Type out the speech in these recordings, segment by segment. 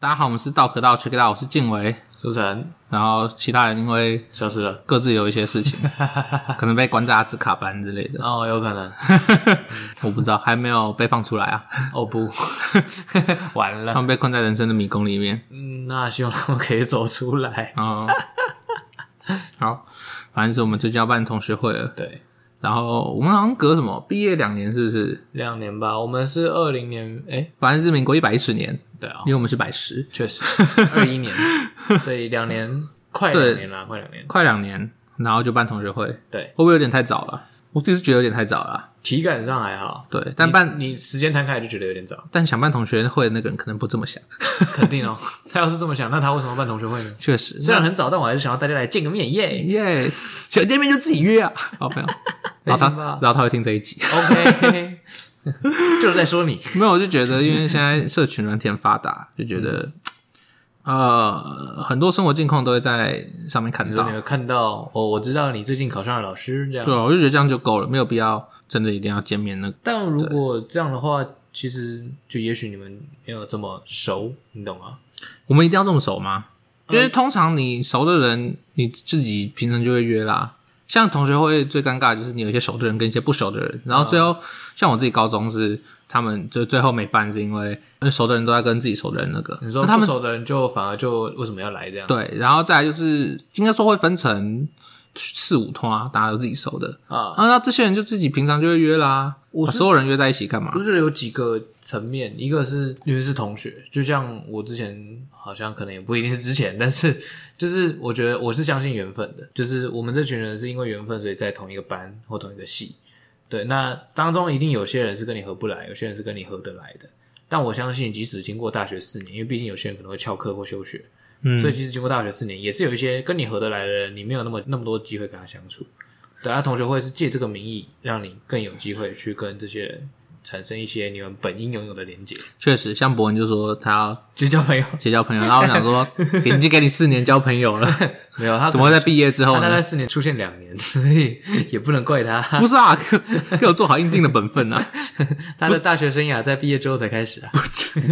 大家好，我们是道可道 c h 道，我是静伟。苏晨然后其他人因为消失了，各自有一些事情，可能被关在阿兹卡班之类的，哦，有可能，我不知道，还没有被放出来啊。 哦不， 完他了，们被困在人生的迷宫里面。嗯那希望他们可以走出来。哦，好，反正是我们最近要办同学会了。对，然后我们好像隔什么毕业两年，是不是？两年吧，我们是二零年，哎，反正是民国一百一十年，对啊因，为我们是百十，确实二一年，所以两年快对两年啦，快两年。快两年，然后就办同学会，会对，不会有点太早了？我自己是觉得有点太早了啊。体感上还好，对，但办，你你时间摊开来就觉得有点早但想办同学会的那个人可能不这么想，肯定哦。 他要是这么想，那他为什么办同学会呢？确实。虽然很早，但我还是想要大家来见个面耶。耶，想见面就自己 约啊。好朋友，然后他开心吧然后他会听这一集。 OK，就是在说你， 没有，我就觉得，因为现在社群软体很发达，就觉得，呃，很多生活近况都会在上面看你到说你。有看到哦我，我知道你最近考上了老师这样对。啊，我就觉得这样就够了，没有必要真的一定要见面那个。但如果这样的话，其实就也许你们没有这么熟，你懂吗？我们一定要这么熟吗？呃因为通常你熟的人，你自己平常就会约啦。像同学会最尴尬的就是你有一些熟的人跟一些不熟的人，然后最后、嗯像我自己高中是他们就最后没办，是因为呃熟的人都在跟自己熟的人那个，你说那他不们熟的人就反而就为什么要来这样？对，然后再来就是应该说会分成四五团啊，大家都自己熟的啊，啊，那这些人就自己平常就会约啦，我把是所有人约在一起干嘛我？就觉得有几个层面，一个是因为是同学，就像我之前好像可能也不一定是之前，但是 就是我觉得我是相信缘分的，就是我们这群人是因为缘分，所以在同一个班或同一个系。对，那当中一定有些人是跟你合不来，有些人是跟你合得来的。但我相信，即使经过大学四年，因为毕竟有些人可能会翘课或休学，嗯所以即使经过大学四年，也是有一些跟你合得来的人，你没有那么那么多机会跟他相处。对啊，同学会是借这个名义，让你更有机会去跟这些人产生一些你们本应拥有的连接，确实，像博文就说他要就交朋友。结交朋友，然后我想 说，已经给你四年交朋友了，没有他怎么会在毕业之后他大呢概？四年出现两年， 所以也不能怪他。 不是啊， 给我给我做好应尽的本分啊！他的大学生涯在毕业之后才开始啊，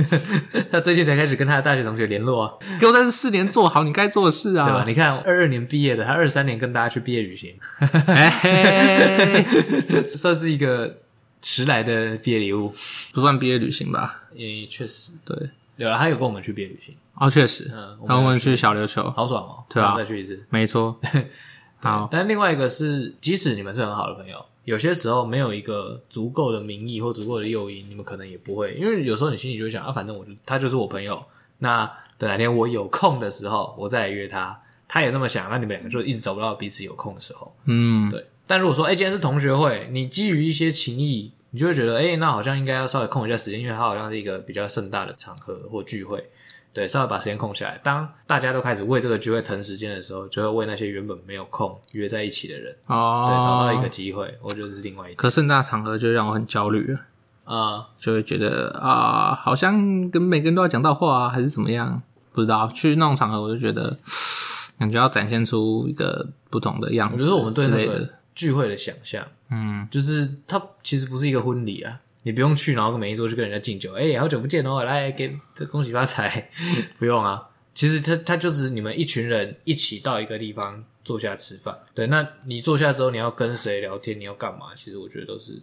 他最近才开始跟他的大学同学联络啊，给我在这四年做好你该做的事对吧？啊！你看二二年毕业的，他二三年跟大家去毕业旅 行，哎嘿，算是一个迟来的毕业礼物。不算毕业旅行吧？也确实，对，有了，他有跟我们去毕业旅行，哦，确实，嗯我们然后我们去小琉球，好爽哦！对啊然后再去一次。没错。好，但另外一个是，即使你们是很好的朋友，有些时候没有一个足够的名义或足够的诱因，你们可能也不会，因为有时候你心里就会想啊，反正我就他就是我朋友，那等哪天我有空的时候，我再来约他。他也这么想，那你们两个就一直找不到彼此有空的时候。嗯，对，但如果说，哎、今天是同学会，你基于一些情谊，你就会觉得，哎、那好像应该要稍微空一下时间，因为它好像是一个比较盛大的场合或聚会，对，稍微把时间空下来。当大家都开始为这个聚会腾时间的时候，就会为那些原本没有空约在一起的人，哦，对，找到一个机会，我觉得是另外一点。可盛大场合就让我很焦虑了，啊、就会觉得啊、好像跟每个人都要讲到话啊，还是怎么样？不知道去那种场合，我就觉得感觉要展现出一个不同的样我子，觉得我们对之那类的个聚会的想象，嗯，就是它其实不是一个婚礼啊。你不用去，然后每一桌去跟人家敬酒，哎、好久不见哦，来给恭喜发财， 不用啊。其实它它就是你们一群人一起到一个地方坐下吃饭，对，那你坐下之后你要跟谁聊天，你要干嘛？其实我觉得都是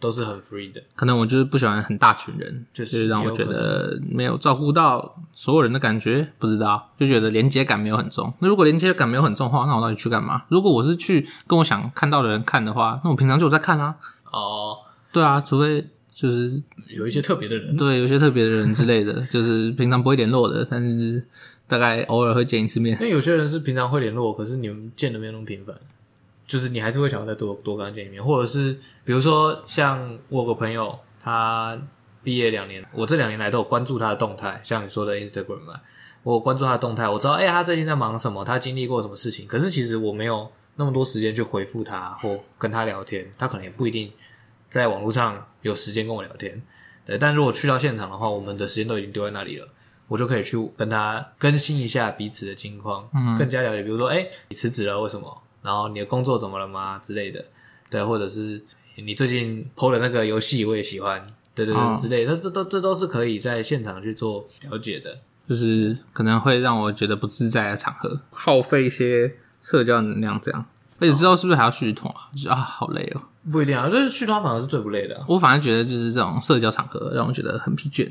都是很 free 的，可能我就是不喜欢很大群人，确就实是让我觉得没有照顾到所有人的感觉，不知道就觉得连接感没有很重。那如果连接感没有很重的话，那我到底去干嘛？如果我是去跟我想看到的人看的话，那我平常就有在看啊，哦，对啊，除非就是有一些特别的人，啊对，有些特别的人之类的， 就是平常不会联络的，但是大概偶尔会见一次面因。为有些人是平常会联络，可是你们见的没有那么频繁，就是你还是会想要再多多跟他见一面，或者是比如说像我有个朋友，他毕业两年，我这两年来都有关注他的动态，像你说的 Instagram 嘛，我有关注他的动态，我知道哎、他最近在忙什么，他经历过什么事情，可是其实我没有那么多时间去回复他或跟他聊天，他可能也不一定在网络上有时间跟我聊天。对，但如果去到现场的话，我们的时间都已经丢在那里了，我就可以去跟他更新一下彼此的近况，嗯，更加了解，比如说，哎、你辞职了，为什么？然后你的工作怎么了吗之类的，对，或者是你最近 PO 的那个游戏我也喜欢，对对对，嗯之类的，这都这都是可以在现场去做了解的。就是可能会让我觉得不自在的场合，耗费一些社交能量这样。而且之后是不是还要续团啊？就是啊，好累哦。不一定啊，就是去他反而是最不累的啊、我反而觉得就是这种社交场合让我觉得很疲倦，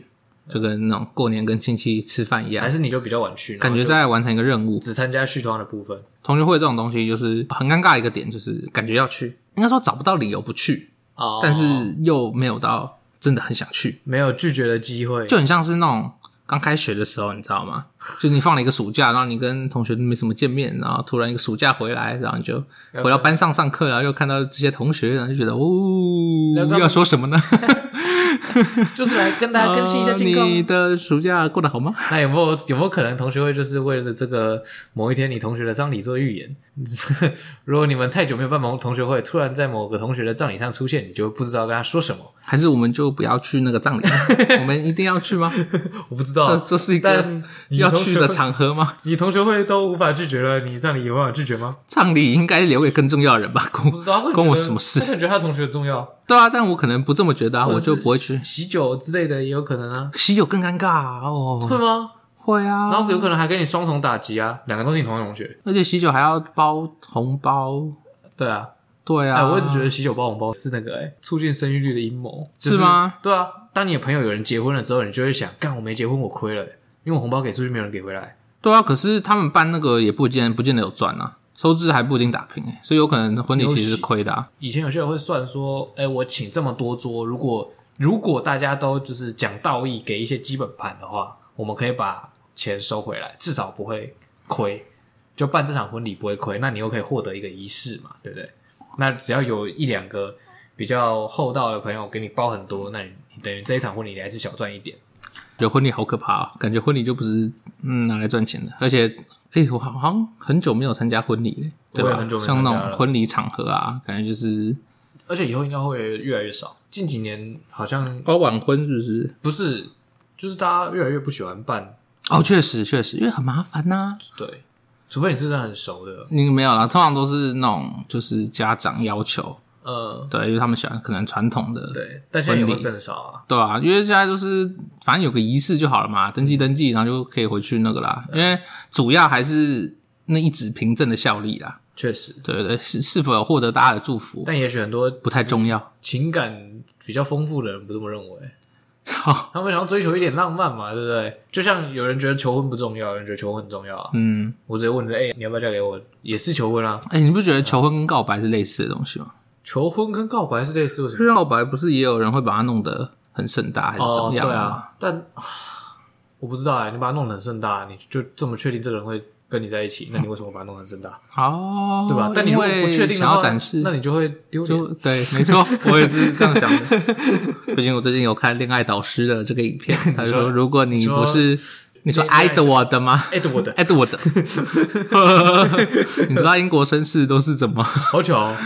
就跟那种过年跟亲戚吃饭一样还，是你就比较晚去，然后感觉就在完成一个任务。只参加续团的部分。同学会这种东西就是很尴尬的一个点，就是感觉要去，应该说找不到理由不去，哦但是又没有到真的很想去。没有拒绝的机会，就很像是那种刚开学的时候，你知道吗？就是你放了一个暑假，然后你跟同学都没什么见面，然后突然一个暑假回来，然后你就回到班上上课，然后又看到这些同学，然后就觉得那哦，干嘛要说什么 呢？就是来跟大家更新一下近况。呃你的暑假过得好吗？ 那有没有有没有可能同学会就是为了这个某一天你同学的葬礼做预演？ 如果你们太久没有办某同学会，突然在某个同学的葬礼上出现，你就不知道跟他说什么。还是我们就不要去那个 葬礼？我们一定要去吗？我不知这道， 这是一个但你要同学去的会场合吗？你同学会都无法拒绝了，你葬礼有办法拒绝吗？葬礼应该留给更重要的人吧，关不知道，关我什么他可事？能觉得他同学重要，对啊，但我可能不这么觉得啊， 我就不会去。喜酒之类的也有可能啊，喜酒更尴尬啊哦，会吗？会啊，然后有可能还跟你双重打击啊，两个都是你同一个同学。而且喜酒还要包红包，对啊，对啊，哎，我一直觉得喜酒包红包是那个哎、促进生育率的阴谋，就是吗？对啊，当你的朋友有人结婚了之后，你就会想，干我没结婚我亏了、哎因为我红包给出去没有人给回来，对啊，可是他们办那个也不见不见得有赚啊，收支还不一定打平哎、所以有可能婚礼其实是亏的、啊。以前有些人会算说，哎、我请这么多桌，如果如果大家都就是讲道义，给一些基本盘的话，我们可以把钱收回来，至少不会亏。就办这场婚礼不会亏，那你又可以获得一个仪式嘛，对不对？那只要有一两个比较厚道的朋友给你包很多，那你你等于这一场婚礼你还是小赚一点。觉得婚礼好可怕啊、感觉婚礼就不是嗯拿来赚钱的，而且哎、我好像很久没有参加婚礼了、对我也吧很久没参像那加种了婚礼场合啊，感觉就是而且以后应该会越来越少。近几年好像包晚婚是不是？不哦是，就是大家越来越不喜欢办，哦，确实确实，因为很麻烦呐、对，除非你是真的很熟的，你没有啦，通常都是那种就是家长要求，呃，对，因为他们喜欢可能传统的对，但现在也婚会礼更少啊。对啊，因为现在就是反正有个仪式就好了嘛，登记登记，然后就可以回去那个啦。因为主要还是那一纸凭证的效力啦，确实，对对对，是是否有获得大家的祝福但也许很多不太重要。情感比较丰富的人不这么 认为，好，他们想要追求一点浪漫嘛，对不对？就像有人觉得求婚不重要，有人觉得求婚很重要啊。嗯，我直接问你，哎、你要不要嫁给我？也是求婚啊。哎、你不觉得求婚跟告白是类似的东西吗？求婚跟告白是类似的，为什么就是告白不是也有人会把它弄得很盛大还是怎哦，么样、对，啊，但 我不知道哎、你把它弄得很盛大，你就这么确定这个人会跟你在一起，那你为什么把它弄得很盛大？哦，对吧？但你因如果为不确定的想话，要展示，那你就会丢脸。就对，没错，我也是这样想的。毕竟我最近有看《恋爱导师》的这个影 片，他就说，如果你不是你说恋爱 i d 我的吗哎，对我的 ？Edward，你知道英国绅士都是怎么？ 好巧哦，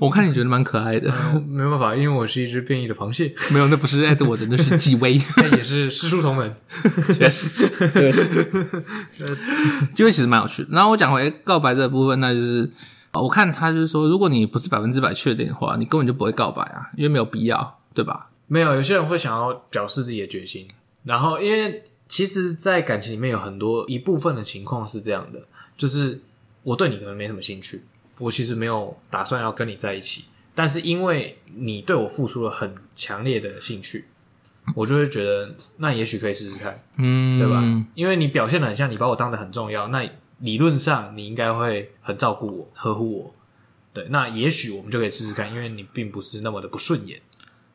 我看你觉得蛮可爱的，呃没办法，因为我是一只变异的螃蟹，没有，那不是 Edward，那是纪威。但也是师出同门。确实，确实，就会其实蛮有趣的。然后我讲回告白这部分，那就是呃我看他就是说，如果你不是百分之百确定的话，你根本就不会告白啊，因为没有必要，对吧？没有，有些人会想要表示自己的决心，然后因为其实，在感情里面有很多一部分的情况是这样的，就是我对你可能没什么兴趣，我其实没有打算要跟你在一起，但是因为你对我付出了很强烈的兴趣，我就会觉得那也许可以试试看，嗯，对吧？因为你表现的很像你把我当得很重要，那理论上你应该会很照顾我、呵护我，对，那也许我们就可以试试看，因为你并不是那么的不顺眼。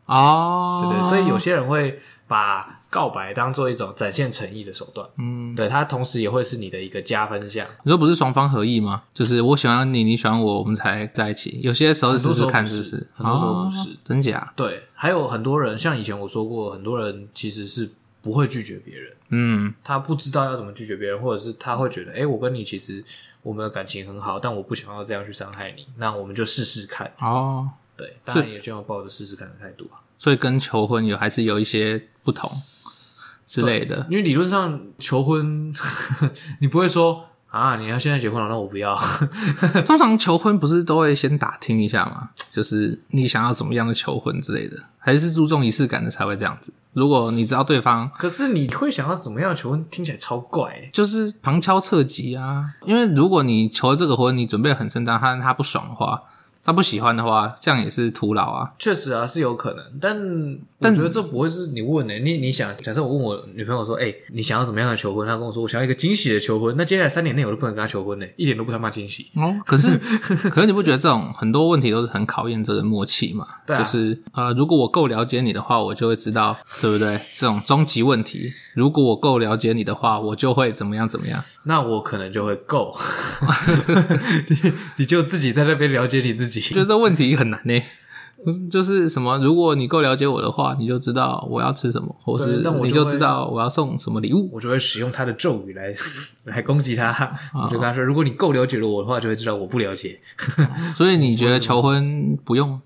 哦，对对，所以有些人会把告白当做一种展现诚意的手段，嗯，对，它同时也会是你的一个加分项。你说不是双方合意吗？就是我喜欢你，你喜欢我，我们才在一起。有些时候是试试看，是不是？很多时候不是哦真假？对，还有很多人，像以前我说过，很多人其实是不会拒绝别人，嗯，他不知道要怎么拒绝别人，或者是他会觉得，哎、我跟你其实我们的感情很好，但我不想要这样去伤害你，那我们就试试看。哦，对，当然也就要抱着试试看的态度啊，所以跟求婚有还是有一些不同之类的。 因为理论上求婚，你不会说。啊，你要现在结婚了，那我不要。通常求婚不是都会先打听一下吗？就是你想要怎么样的求婚之类的，还是注重仪式感的才会这样子。如果你知道对方可是你会想要怎么样的求婚？听起来超怪、欸。就是旁敲侧击啊，因为如果你求了这个婚，你准备得很正当，他他不爽的话，他不喜欢的话，这样也是徒劳啊。确实啊，是有可能，但但我觉得这不会是你问的、欸你你想，假设我问我女朋友说：“哎、你想要怎么样的求婚？”她跟我说：“我想要一个惊喜的求婚。”那接下来三年内我都不能跟她求婚呢、欸一点都不他妈惊喜。哦，可是 可是你不觉得这种很多问题都是很考验这个默契嘛？对啊就是呃，如果我够了解你的话，我就会知道，对不对？这种终极问题，如果我够了解你的话，我就会怎么样怎么样。那我可能就会够，你你就自己在那边了解你自己。觉得这问题很难呢、欸 就是什么，如果你够了解我的话，你就知道我要吃什么，或是对但我就你就会知道我要送什么礼物。我就会使用他的咒语来 来攻击他。我就跟他说：“如果你够了解了我的话，就会知道我不了解。所以你觉得求婚不用吗？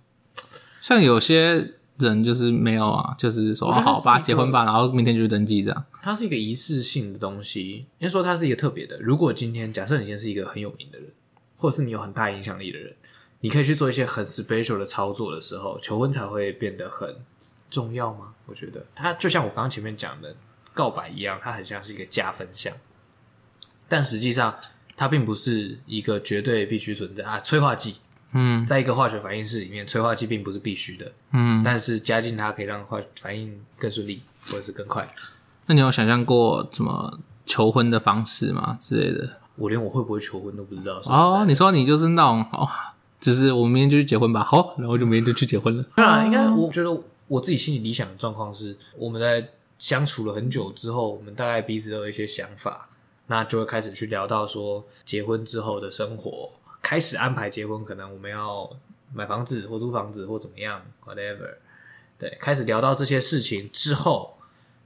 像有些人就是没有啊，就是说我觉得好吧，是一结个婚吧，然后明天就去登记这样。”它是一个仪式性的东西，应该说它是一个特别的。如果今天假设你现在是一个很有名的人，或者是你有很大影响力的人，你可以去做一些很 special 的操作的时候，求婚才会变得很重要吗？我觉得它就像我刚刚前面讲的告白一样，它很像是一个加分项，但实际上它并不是一个绝对必须存在啊，催化剂。嗯在一个化学反应室里面，催化剂并不是必须的，嗯，但是加进它可以让化反应更顺利或者是更快。那你有想象过怎么求婚的方式吗之类的？我连我会不会求婚都不知道。哦，哦，你说你就是那种哦，就是我们明天就去结婚吧，好，然后就明天就去结婚了。当然，应该我觉得我自己心里理想的状况是，我们在相处了很久之后，我们大概彼此都有一些想法，那就会开始去聊到说结婚之后的生活，开始安排结婚，可能我们要买房子或租房子或怎么样，whatever。对，开始聊到这些事情之后，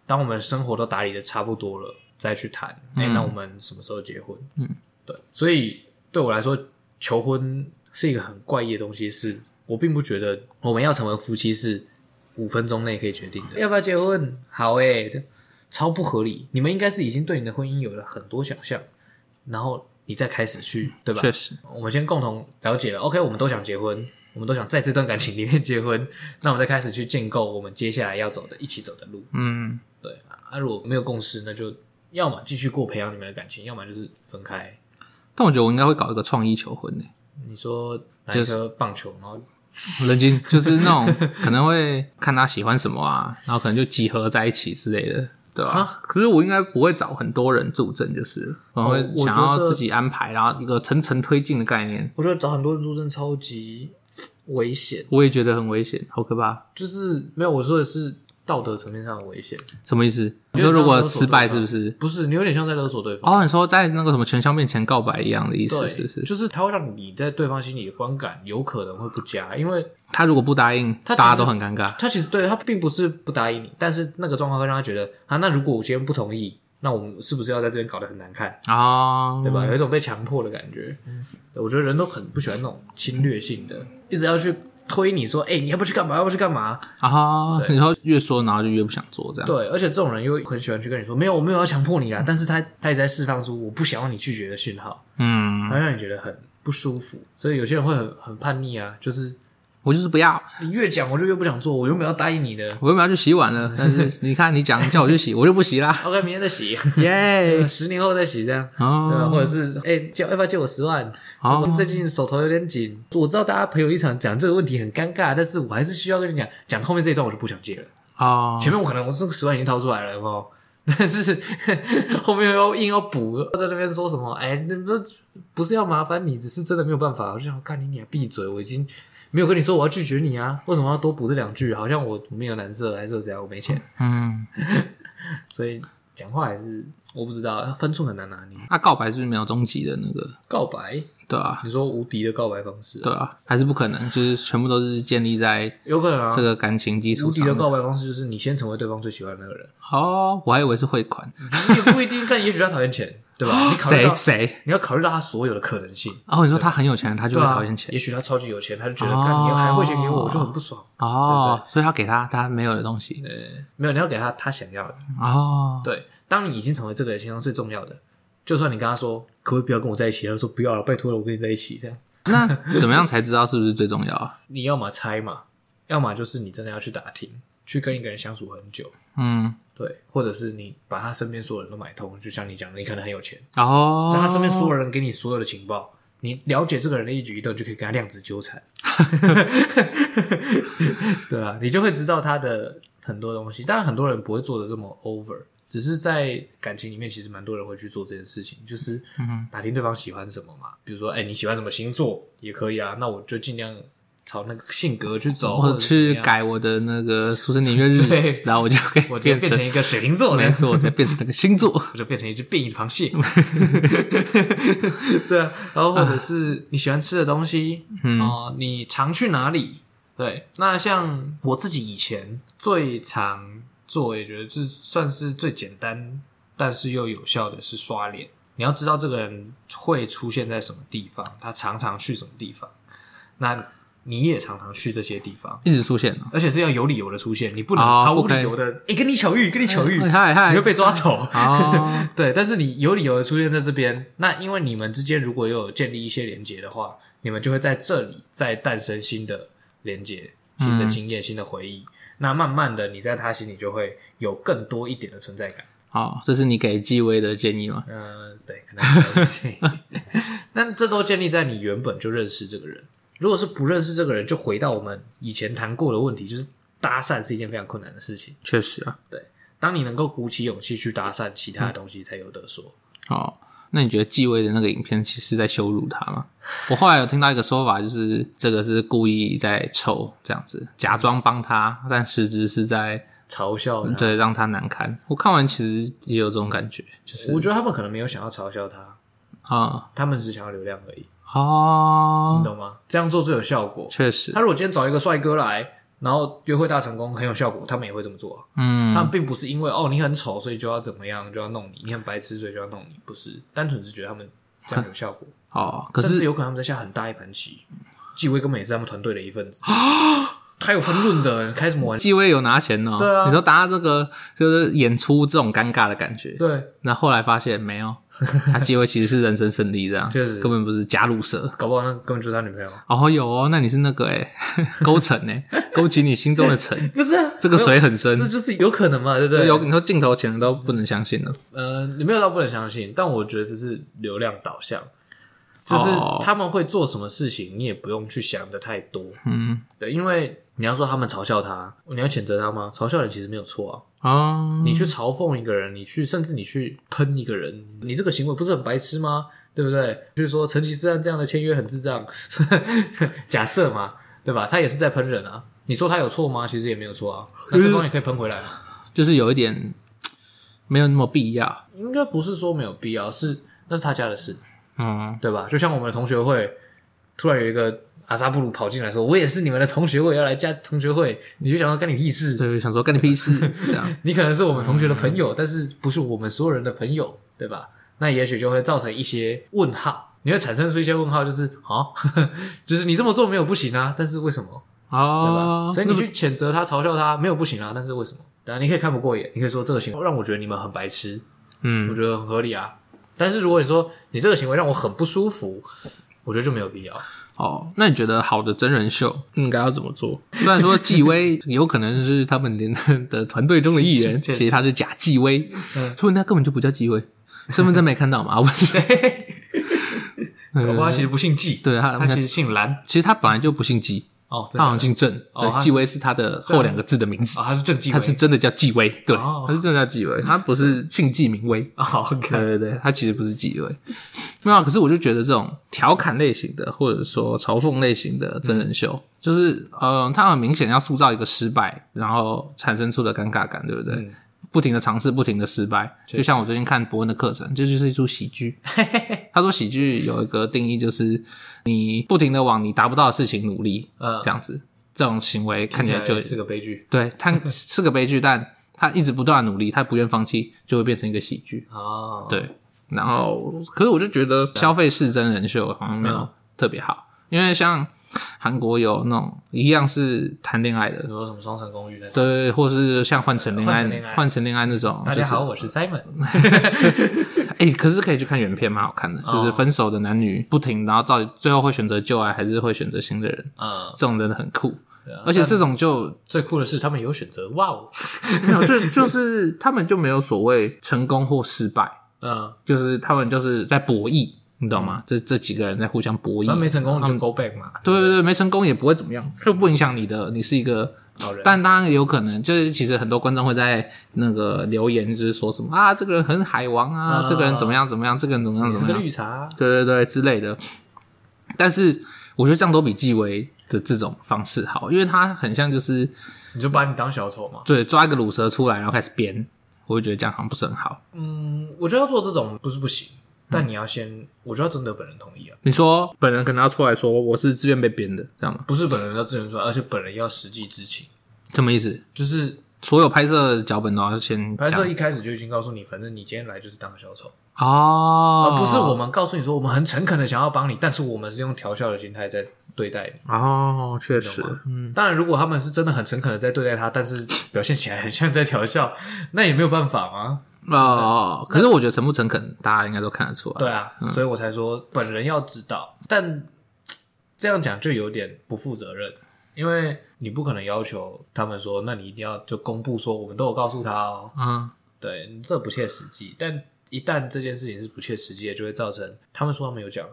当我们生活都打理的差不多了，再去谈，哎、那我们什么时候结婚？嗯，对，所以对我来说，求婚是一个很怪异的东西，是我并不觉得我们要成为夫妻是五分钟内可以决定的，要不要结婚？好诶、这超不合理。你们应该是已经对你的婚姻有了很多想象，然后你再开始去，对吧？确实，我们先共同了解了，OK，我们都想结婚，我们都想在这段感情里面结婚，那我们再开始去建构我们接下来要走的一起走的路。嗯，对啊，如果没有共识，那就要么继续过培养你们的感情，要么就是分开。但我觉得我应该会搞一个创意求婚呢、欸你说拿一颗棒球，然后人精就是那种可能会看他喜欢什么啊，然后可能就集合在一起之类的，对吧、哈可是我应该不会找很多人助阵，就是了我会哦我想要觉得自己安排，然后一个层层推进的概念，我觉得找很多人助阵超级危险，我也觉得很危险，好可怕。就是没有我说的是道德层面上的危险，什么意思？你因说为如果他勒索失败对是方不是？不是你有点像在勒索对方。哦，你说在那个什么全校面前告白一样的意思，啊对，是不是？就是它会让你在对方心里的观感有可能会不佳，因为他如果不答应，他大其实家都很尴尬。他其实对他并不是不答应你，但是那个状况会让他觉得啊，那如果我今天不同意，那我们是不是要在这边搞得很难看，哦，对吧？有一种被强迫的感觉。对我觉得人都很不喜欢那种侵略性的，一直要去推你说，哎、你要不要去干嘛？要不要去干嘛？啊，你说越说，然后就越不想做这样。对，而且这种人又很喜欢去跟你说，没有，我没有要强迫你啦，但是他他也在释放出我不想要你拒绝的讯号，嗯，他让你觉得很不舒服。所以有些人会很很叛逆啊，就是我就是不要，你越讲我就越不想做，我原本要答应你的我又没有要去洗碗嗯了。但是你看，你讲叫我去洗，我就不洗 啦。 ，OK，明天再洗，耶、十年后再洗这样。对 吧？哦，或者是哎、借要不要借我十万？哦我最近手头有点紧，我知道大家朋友一场讲这个问题很尴尬，但是我还是需要跟你讲，讲后面这一段我就不想借了。哦，前面我可能我这个十万已经掏出来了，有没有？ 但是后面又硬要补，在那边说什么？哎、那不不是要麻烦你，只是真的没有办法。我就想看你，你还闭嘴！我已经没有跟你说我要拒绝你啊，为什么要多补这两句？好像我没有难色，还是怎样？我没钱，嗯， 所以讲话还是我不知道，分寸很难拿捏。那告白是没有终极的那个，告白，对啊，你说无敌的告白方式啊、对啊，还是不可能，就是全部都是建立在有可能啊这。个感情基础无敌的上的。告白方式就是你先成为对方最喜欢的那个人， 哦，我还以为是汇款，你也不一定，但也许他讨厌钱，对吧？你考虑啊谁到谁？你要考虑到他所有的可能性，哦，你说他很有钱，他就对会吧？讨厌钱也许他超级有钱，他就觉得，哦干你还汇钱给我，我就很不爽。哦，所以要给他他没有的东西没有，你要给他他想要的。哦，对，当你已经成为这个人心中最重要的，就算你跟他说可不可以不要跟我在一起，他就说不要了，拜托了，我跟你在一起这样。那怎么样才知道是不是最重要啊？你要么猜嘛，要么就是你真的要去打听，去跟一个人相处很久，嗯，对，或者是你把他身边所有人都买通，就像你讲的，你可能很有钱，然后但他身边所有人给你所有的情报，你了解这个人的一举一动，就可以跟他量子纠缠。对啊，你就会知道他的很多东西。当然，很多人不会做的这么 over，只是在感情里面，其实蛮多人会去做这件事情，就是打听对方喜欢什么嘛。比如说，哎、你喜欢什么星座也可以啊，那我就尽量朝那个性格去走，或我者是怎去么样，改我的那个出生年月日对，然后我就可我以就变变成，成一个水瓶座没人，错，我才变成那个星座。 我就变成一只变异螃蟹。对啊，然后或者是你喜欢吃的东西，啊嗯哦，你常去哪里？对，那像我自己以前最常做，也觉得是算是最简单，但是又有效的是刷脸。你要知道这个人会出现在什么地方，他常常去什么地方，那你也常常去这些地方，一直出现啊了。而且是要有理由的出现，你不能哦毫无不可以理由的，诶，跟你巧遇，跟你巧遇，哎嗨嗨，你 会被抓走。哦，对，但是你有理由的出现在这边，那因为你们之间如果有建立一些连接的话，你们就会在这里再诞生新的连接、新的经验、新的回忆。那慢慢的，你在他心里就会有更多一点的存在感。好，这是你给纪威的建议吗？嗯、对，可能。但这都建立在你原本就认识这个人。如果是不认识这个人，就回到我们以前谈过的问题，就是搭讪是一件非常困难的事情。确实啊，当你能够鼓起勇气去搭讪，其他的东西才有得说。哦，那你觉得纪威的那个影片其实是在羞辱他吗？我后来有听到一个说法，就是这个是故意在臭这样子，假装帮他，但实质是在嘲笑啊他，对让他难堪。我看完其实也有这种感觉，就是我觉得他们可能没有想要嘲笑他，啊、他们只想要流量而已，你哦，懂吗？这样做最有效果。确实他，如果今天找一个帅哥来，然后约会大成功，很有效果，他们也会这么做啊、嗯，他们并不是因为哦你很丑，所以就要怎么样，就要弄你；你很白痴，所以就要弄你，不是，单纯是觉得他们这样有效果，哦，可甚至是有可能他们在下很大一盘棋。纪威根本也是他们团队的一份 子，他有分论的，开什么玩笑？纪威有拿钱哦，对啊你说大家这个就是演出这种尴尬的感觉，对，那后来发现 没有，他机会其实是人生胜利这样，确实根本不是加入社。搞不好那根本就是他女朋友，哦，有哦，那你是那个哎、 勾陈哎、 勾起你心中的尘，不是、啊、这个水很深这。就是有可能嘛，对不对？有你说镜头前的都不能相信了，呃，你没有到不能相信，但我觉得这是流量导向，就是哦他们会做什么事情，你也不用去想的太多。嗯对，因为你要说他们嘲笑他，你要谴责他吗？嘲笑人其实没有错啊。哦，你去嘲讽一个人，你去甚至你去喷一个人，你这个行为不是很白痴吗？对不对？就是说成吉思汗这样的签约很智障， 假设嘛，对吧？他也是在喷人啊。你说他有错吗？其实也没有错啊，那对方也可以喷回来啊嘛。就是有一点嘖没有那么必要，应该不是说没有必要，是那是他家的事。嗯，对吧？就像我们的同学会，突然有一个阿萨布鲁跑进来说：“我也是你们的同学会，要来加同学会。”你就想到干你屁事？对，想说干你屁事这 样，你可能是我们同学的朋友，但是不是我们所有人的朋友，对吧？那也许就会造成一些问号，你会产生出一些问号，就是啊， 就是你这么做没有不行啊，但是为什么？对吧？哦，所以你去谴责他、嘲笑他没有不行啊，但是为什么？当然你可以看不过眼，你可以说这个行为让我觉得你们很白痴，我嗯，觉得很合理啊。但是如果你说你这个行为让我很不舒服，我觉得就没有必要。哦，那你觉得好的真人秀应该要怎么 做？虽然说纪威 有可能是他们的的团队中的艺人，其确实嗯实他是假纪威，所以他根本就不叫纪威，身份证没看到 嘛？啊不是，搞不好他其实不姓纪，呃对他他其实姓蓝其实他本来就不姓纪，哦，他真的好啊、像姓郑，哦对，纪威是他的后两个字的名字，他是正哦纪委，他是真的叫纪威，对，哦他是真的叫纪威，他不是姓纪名威。哦，OK，对对对，他其实不是纪委，没有、啊。可是我就觉得这种调侃类型的，或者说嘲讽类型的真人秀，就是呃，他很明显要塑造一个失败，然后产生出的尴尬感，对不对？嗯不停的尝试，不停的失败，就像我最近看伯恩的课程，这就是一出喜剧。 他说喜剧有一个定义，就是你不停的往你达不到的事情努力，嗯这样子，这种行为看起来就是个悲剧对他是个悲剧，但他一直不断的努力，他不愿放弃，就会变成一个喜剧。哦，，对，嗯然后可是我就觉得消费式真人秀好像没有特别好，因为像韩国有那种一样是谈恋爱比的，如说什么双层公寓那种。对，或是像换成恋换成恋爱爱、换成恋爱那种，大就家是好，我是 Simon。哎、可是可以去看原片，蛮好看哦的，就是分手的男女不停，然后到底最后会选择旧爱，还是会选择新的人，嗯，这种真的很酷。对啊而且但这种 就最酷的是他们有选择，哇哦！没有，就就是他们就没有所谓成功或失败，嗯，就是他们就是在博弈，你懂吗？这这几个人在互相博反正没弈。成功你就 go back 嘛。嗯对对对，没成功也不会怎么样，就不影响你的，你是一个好人但当然有可能，就是其实很多观众会在那个留言就是说什么啊，这个人很海王啊，啊这个人怎么样怎么样，这个人怎么样你怎是么个样，绿茶， 对对对之类的。但是我觉得这样都比纪委的这种方式好，因为他很像就是你就把你当小丑嘛。对抓一个卤蛇出来，然后开始编，我就觉得这样好像不是很好。嗯，我觉得要做这种不是不嗯行，但你要先，我觉得要征得本人同意啊，你说本人可能要出来说我是自愿被编的，这样吗？不是本人要自愿说，而且本人要实际知情，什么意思？就是所有拍摄脚本都要先拍摄讲一开始就已经告诉你，反正你今天来就是当个小丑，哦、不是我们告诉你说我们很诚恳的想要帮你，但是我们是用调笑的心态在对待你。哦，确实懂吗当然，如果他们是真的很诚恳的在对待他，但是表现起来很像在调笑，那也没有办法嘛。哦，可是我觉得诚不诚恳，大家应该都看得出来。对啊，所以我才说本人要知道，但这样讲就有点不负责任，因为你不可能要求他们说，那你一定要就公布说我们都有告诉他哦，嗯，对，这不切实际。但一旦这件事情是不切实际的，就会造成他们说他们有讲，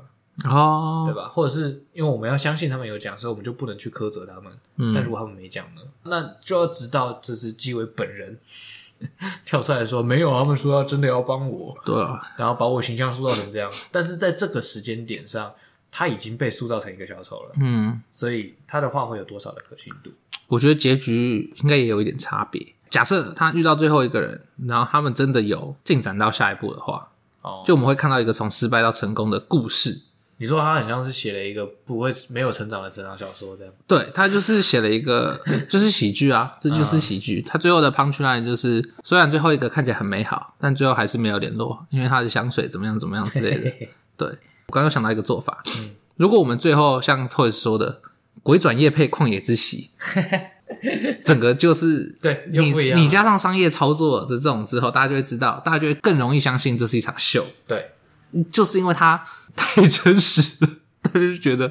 哦，对吧？或者是因为我们要相信他们有讲，所以我们就不能去苛责他们。嗯但如果他们没讲呢，那就要知道这是纪委本人 跳出来说没有，啊他们说要真的要帮我，对啊，然后把我形象塑造成这样。但是在这个时间点上，他已经被塑造成一个小丑了，嗯，所以他的话会有多少的可信度？我觉得结局应该也有一点差别。假设他遇到最后一个人，然后他们真的有进展到下一步的话，哦就我们会看到一个从失败到成功的故事。你说他很像是写了一个不会没有成长的成长小说这样，对他就是写了一 个，就是喜剧啊，这嗯就是喜剧。他最后的 punchline 就是，虽然最后一个看起来很美好，但最后还是没有联络，因为他的香水怎么样怎么样之类的。对我刚刚想到一个做法，嗯如果我们最后像 Toys 说的“鬼转夜配旷野之 息”，整个就是对，又你不一样了。你加上商业操作的这种之后，大家就会知道，大家就会更容易相信这是一场秀，对，就是因为它 太真实了，大家就觉得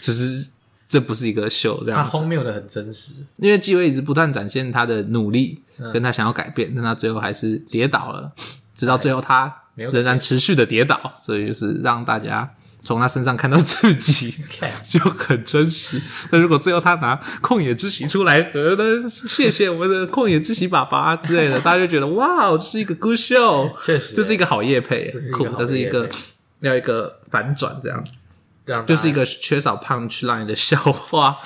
只是这不是一个秀这他样子。荒谬的很真实，因为纪委一直不断展现他的努力，跟他想要改变，但他最后还是跌倒了，直到最后他没有仍然持续的跌倒，所以就是让大家从他身上看到自己 就很真实。那如果最后他拿旷野之息出来，得了，谢谢我们的旷野之息爸爸之类的，大家就觉得哇，这是一个 good show，确实这是一个好业配，是一个酷好业，配这是一个要一个反转这样。让就是一个个缺少 punchline 的笑话，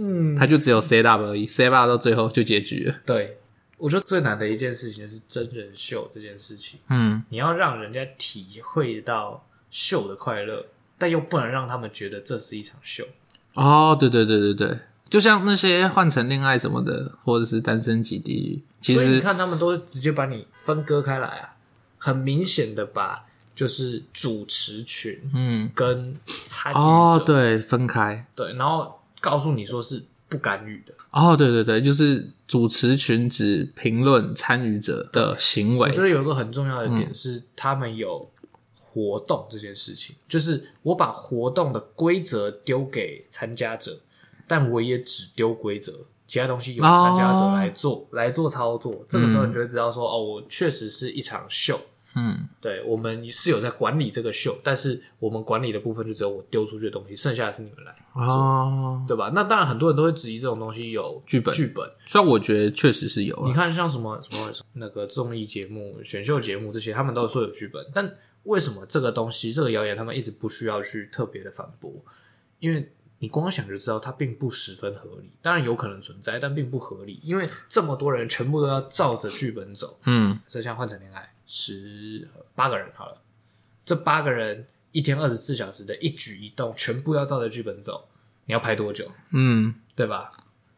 嗯，他就只有 set up 而已，set up 到最后就结局了，对。我觉得最难的一件事情就是真人秀这件事情，嗯，你要让人家体会到秀的快乐，但又不能让他们觉得这是一场秀。哦，对对对对对，就像那些换成恋爱什么的，或者是单身级地狱，其所以你实看，他们都直接把你分割开来啊，很明显的把就是主持群，嗯，跟参与者、哦，对，分开，对，然后告诉你说是不干预的。哦，对对对，就是主持群指评论参与者的行为我，觉得有一个很重要的嗯点是，他们有活动这件事情，就是我把活动的规则丢给参加者，但我也只丢规则，其他东西由参加者来做、哦来做操作。这个时候你就会知道说，哦，我确实是一场秀。嗯，对，我们是有在管理这个秀，但是我们管理的部分就只有我丢出去的东西，剩下的是你们来，哦，对吧？那当然，很多人都会质疑这种东西有剧本剧本，虽然我觉得确实是有你了，看，像什么什么那个综艺节目、选秀节目这些，他们都有说有剧本，但为什么这个东西、这个谣言，他们一直不需要去特别的反驳？因为你光想就知道，它并不十分合理。当然有可能存在，但并不合理，因为这么多人全部都要照着剧本走。嗯，这像换成恋爱，十八个人好了，这八个人一天二十四小时的一举一动，全部要照着剧本走。你要拍多久？嗯，对吧？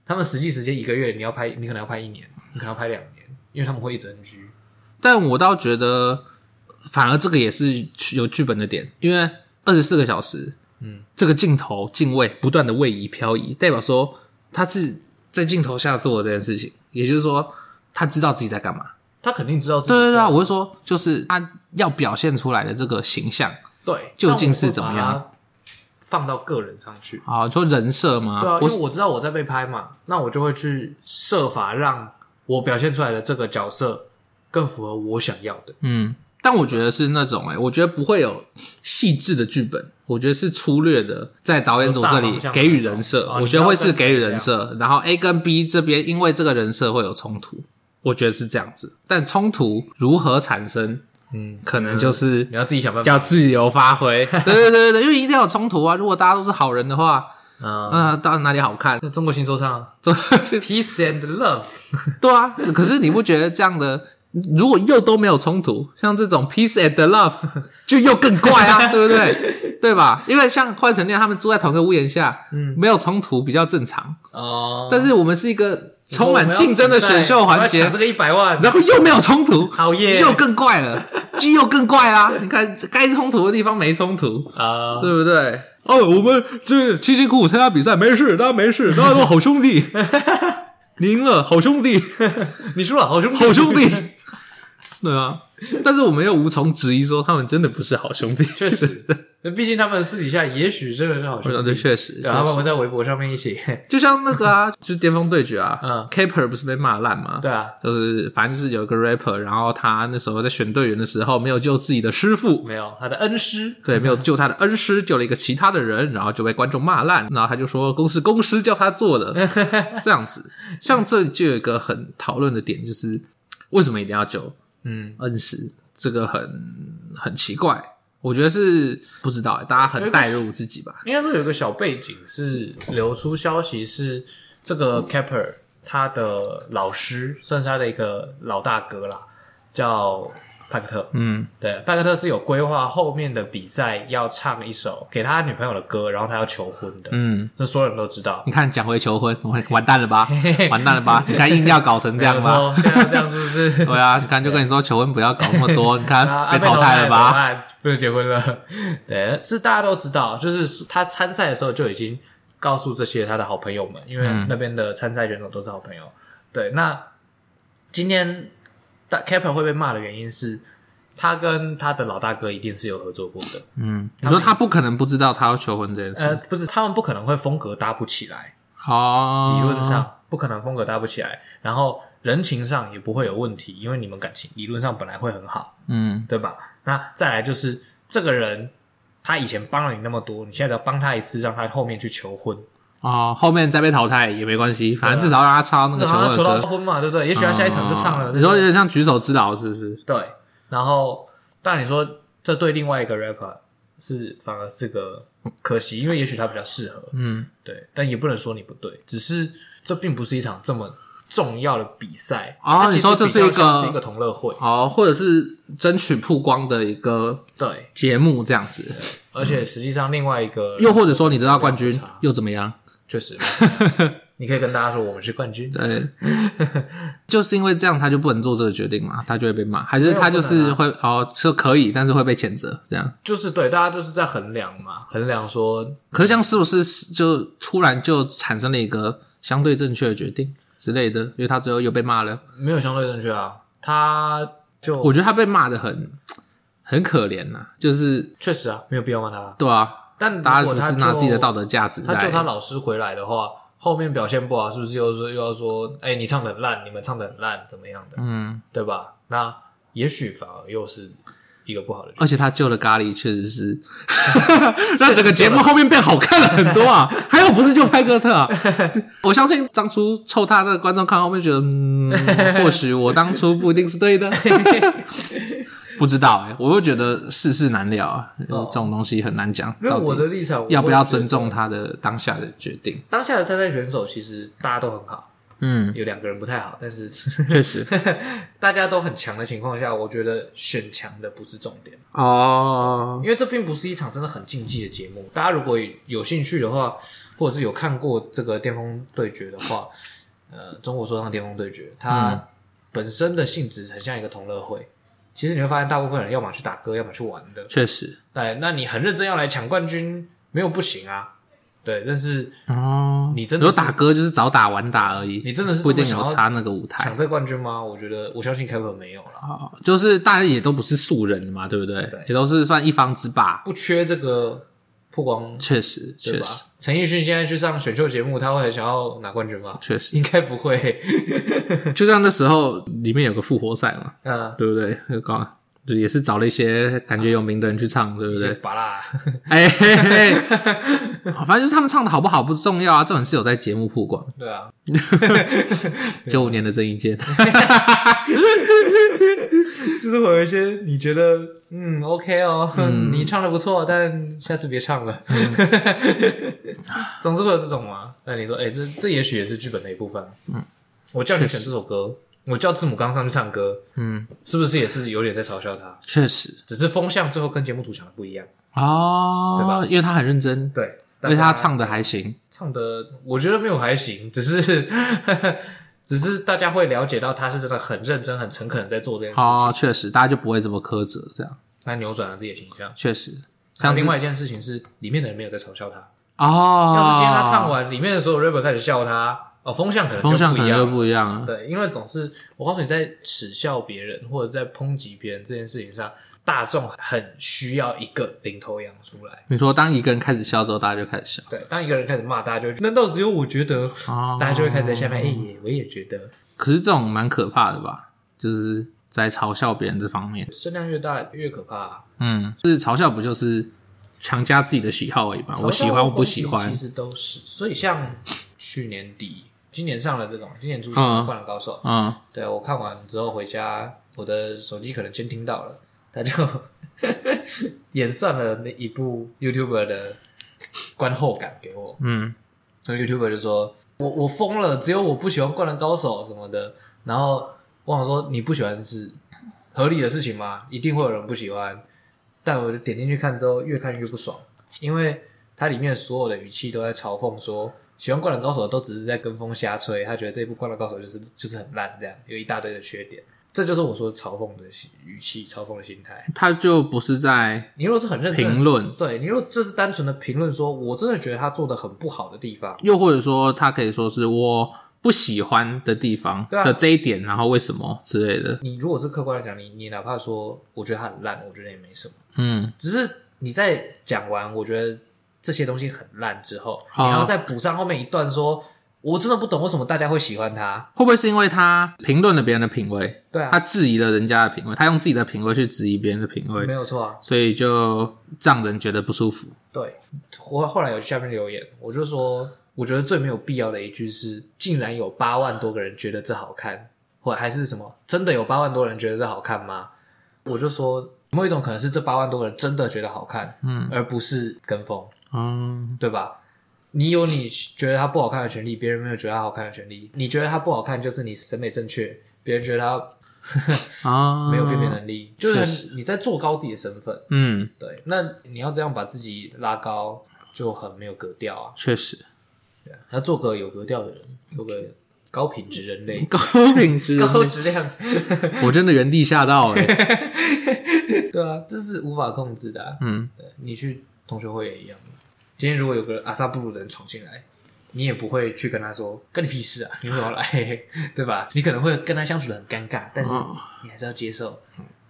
他们实际时间一个月，你要拍，你可能要拍一年，你可能要拍两年，因为他们会一直 NG。但我倒觉得，反而这个也是有剧本的点，因为二十四个小时，嗯，这个镜头镜位不断的位移漂移，代表说他是在镜头下做的这件事情，也就是说他知道自己在干嘛。他肯定知道自己对对对啊，我是说，就是他要表现出来的这个形象对，究竟是怎么样但我会把它放到个人上去。啊，你说人设吗？对啊，因我为我知道我在被拍嘛，那我就会去设法让我表现出来的这个角色更符合我想要的。嗯，但我觉得是那种哎、我觉得不会有细致的剧本，我觉得是粗略的在导演组这就大里方向给予人设，哦我你觉得要会是跟谁给予这人样设，然后 A 跟 B 这边因为这个人设会有冲突，我觉得是这样子，但冲突如何产生，嗯，可能就是你要自己想办法。叫自由发 挥，对对对对，因为一定要有冲突啊，如果大家都是好人的话，嗯，那、到底哪里好看？ 那中国新说唱啊这，Peace and Love，对啊，可是你不觉得这样的，如果又都没有冲突，像这种 peace and love 就又更怪 啊，对不对？对吧？因为像换成恋，他们住在同一个屋檐下，嗯，没有冲突比较正常。哦，但是我们是一个充满竞争的选秀环我节要抢这，个一百万，然后又没有冲突，好耶又更怪了，就又更怪啦。你看，该冲突的地方没冲突，啊，对不对？哦，我们这辛辛苦苦参加比赛，没事，大家没事，大家都好兄 弟，你赢了，好兄弟。你输了，好兄弟，好兄弟，对啊，但是我们又无从质疑说他们真的不是好兄弟，确实， 那毕竟他们私底下也许真的是好我想兄这弟，哦确实，对，他们确实会在微博上面一起，啊 就像那个啊，就是巅峰对决啊，嗯，Caper 不是被骂烂吗？对。啊，就是反正就是有一个 rapper，然后他那时候在选队员的时候没有救自己的师傅，没有他的恩师，对，没有救他的恩师，救了一个其他的人，然后就被观众骂烂，然后他就说公是公司叫他做 的，这样子。像这就有一个很讨论的点，就是为什么一定要救嗯，恩师，这个很很奇怪。我觉得是不知道欸，大家很带入自己吧。应该说有一个小背景是流出消息是这个 Kepper 他的老师算是他的一个老大哥啦，叫派克特。嗯，对，派克特是有规划后面的比赛要唱一首给他女朋友的歌，然后他要求婚的。嗯，这所有人都知道。你看讲回求婚， 完完蛋了 吧嘿？完蛋了吧？你看硬要搞成这样吧？说现在这样是不是？对啊，你看就跟你说求婚不要搞那么 多，你看啊，被被淘汰汰了吧？怎么办？不能结婚了。 对，是大家都知道，就是他参赛的时候就已经告诉这些他的好朋友们，因为嗯那边的参赛选手都是好朋友。对，那今天大 Capper 会被骂的原因是。他跟他的老大哥一定是有合作过的，嗯，你说他不可能不知道他要求婚这件呃事，，不是，他们不可能会风格搭不起来，哦，理论上不可能风格搭不起来，然后人情上也不会有问题，因为你们感情理论上本来会很好，嗯，对吧？那再来就是这个人，他以前帮了你那么多，你现在只要帮他一次，让他后面去求婚，哦，后面再被淘汰也没关系，反正至少让他唱到那啊至个求婚少他求的到歌。婚嘛，对不对？也许他下一场就唱了。哦你说有点像举手之劳，是不是？对，然后但你说这对另外一个 rapper 是反而是个可惜，因为也许他比较适合，嗯，对，但也不能说你不对，只是这并不是一场这么重要的比赛哦它其实你说这是比较一个像是一个同乐会，好，或者是争取曝光的一个对，节目这样子，而嗯且实际上另外一个又或者说你得到冠军 没有差又怎么样？确实， 你可以跟大家说我们是冠军，对， 就是因为这样他就不能做这个决定嘛，他就会被骂，还是他啊就是会、哦说可以，但是会被谴责这样。就是对，大家就是在衡量嘛，衡量说，可是这样是不是就突然就产生了一个相对正确的决定之类的？因为他最后又被骂了，没有相对正确啊，他就我觉得他被骂的很很可怜呐、就是确实啊，没有必要骂他，对啊，但大如家果不他是拿自己的道德，德价值他在就他老师回来的话，后面表现不好，是不是又说又要说，哎、你唱的很烂，你们唱的很烂，怎么样的，嗯，对吧？那也许反而又是一个不好的决定。而且他救的咖喱确实 是让整个节目后面变好看了很多啊！还有不是就派克特 啊？我相信当初臭他的观众看后面觉得，嗯，或许我当初不一定是对 的，不知道哎、我就觉得世事难料啊，这种东西很难讲，因为到哦我的底立场，要不要我会觉得尊重他的当下的决 定？当下的参赛选手？其实大家都很好，嗯，有两个人不太好，但是 确实大家都很强的情况下，我觉得选强的不是重点，哦，因为这并不是一场真的很竞技的节目。大家如果有兴趣的话，或者是有看过这个巅峰对决的话，呃，中国说唱巅峰对决，嗯它本身的性质很像一个同乐会。其实你会发现，大部分人要么去打歌，要么去玩的。确实，对，那你很认真要来抢冠军，没有不行啊，对，但是哦，你真的有是打歌就是早打晚打而已，你真的是不一定这么有想要差那个舞台抢。这冠军吗？我觉得我相信 Kevin 没有啦，哦就是大家也都不是素人嘛，对不对？对也都是算一方之霸，不缺这个曝光，确实，对确吧实，？陈奕迅现在去上选秀节目，他会很想要拿冠军吗？ 确实。应该不会。 就像那时候里面有个复活赛嘛，嗯，对不对？那个搞就也是找了一些感觉有名的人去唱，对不对？拔啦，哎，嘿嘿 反正就是他们唱的好不好不重要啊，这种是有在节目曝光。 对啊，九五年的郑伊健，就是会有一些你觉得嗯 OK 哦， 你唱的不错，但下次别唱了。 总是会有这种嘛。那你说，哎、这这也许也是剧本的一部分。嗯，我叫你选这首歌，我叫字母刚上去唱歌，嗯，是不是也是有点在嘲笑他？确实只是风向最后跟节目组想的不一样。哦，对吧？因为他很认真，对，啊而且他唱的还行，唱的，我觉得没有还行，只是 只是大家会了解到他是真的很认真、很诚恳地在做这件事。哦，确实，大家就不会这么苛责，这样他扭转了自己的形象。确实。像像另外一件事情是，里面的人没有在嘲笑他。哦，要是今天他唱，完，里面的所有 rapper 开始笑他，哦，风向可能就风向可不一能就样。不一样了。对，因为总是我告诉你，在耻笑别人或者在抨击别人这件事情上，大众很需要一个领头羊出来。你说，当一个人开始笑之后，大家就开始笑，对，当一个人开始骂，大家就会难道只有我觉得？哦大家就会开始在下面，哎、我也觉得。可是这种蛮可怕的吧？就是在嘲笑别人这方面，声量越大越可怕啊、嗯，就是嘲笑不就是强加自己的喜好而已嘛？我喜嘲笑欢，或我不喜攻欢击其，实都是。所以像去年底、今年上了这个嘛，今年出现的《灌篮高手》嗯，对我看完之后回家，我的手机可能监听到了，他就 演算了那一部 YouTuber 的观后感给我。嗯，那 YouTuber 就说：“我我疯了，只有我不喜欢《灌篮高手》什么的。”然后我想说：“你不喜欢是合理的事情吗？一定会有人不喜欢。”但我就点进去看之后，越看越不爽，因为它里面所有的语气都在嘲讽说，喜欢《灌篮高手》的都只是在跟风瞎吹，他觉得这一部《灌篮高手》就是就是很烂，这样有一大堆的缺点。这就是我说嘲讽的语气、嘲讽的心态。他就不是在你如果是很认真评论，对你如果这是单纯的评论说，我真的觉得他做的很不好的地方，又或者说他可以说是我不喜欢的地方对啊的这一点，然后为什么之类的，你如果是客观来讲，你你哪怕说我觉得它很烂，我觉得也没什么。嗯，只是你在讲完我觉得这些东西很烂之后，你还要再补上后面一段说，我真的不懂为什么大家会喜欢它。会不会是因为他评论了别人的品味，对啊他，质疑了人家的品味，他用自己的品味去质疑别人的品没味，有错啊。所以就让人觉得不舒服。对，我后来有下面留言，我就说，我觉得最没有必要的一句是，竟然有八万多个人觉得这好看，或还是什么，真的有八万多人觉得这好看吗？我就说，某一种可能是这八万多个人真的觉得好看，嗯，而不是跟风。嗯，对吧？你有你觉得它不好看的权利，别人没有觉得它好看的权利。你觉得它不好看，就是你审美正确，别人觉得它啊，没有辨别能力，就确是你在做高自己的身份。嗯，对，那你要这样把自己拉高，就很没有格调啊。确实，，要做个有格调的人，做个高品质人 类高品质，高质量。 我真的原地吓到哎、对啊，这是无法控制的、啊。嗯，对你去同学会也一样。今天如果有个阿萨布鲁的人闯进来，你也不会去跟他说“干你屁事啊，你为什么要来”， 对吧？你可能会跟他相处的很尴尬，但是你还是要接受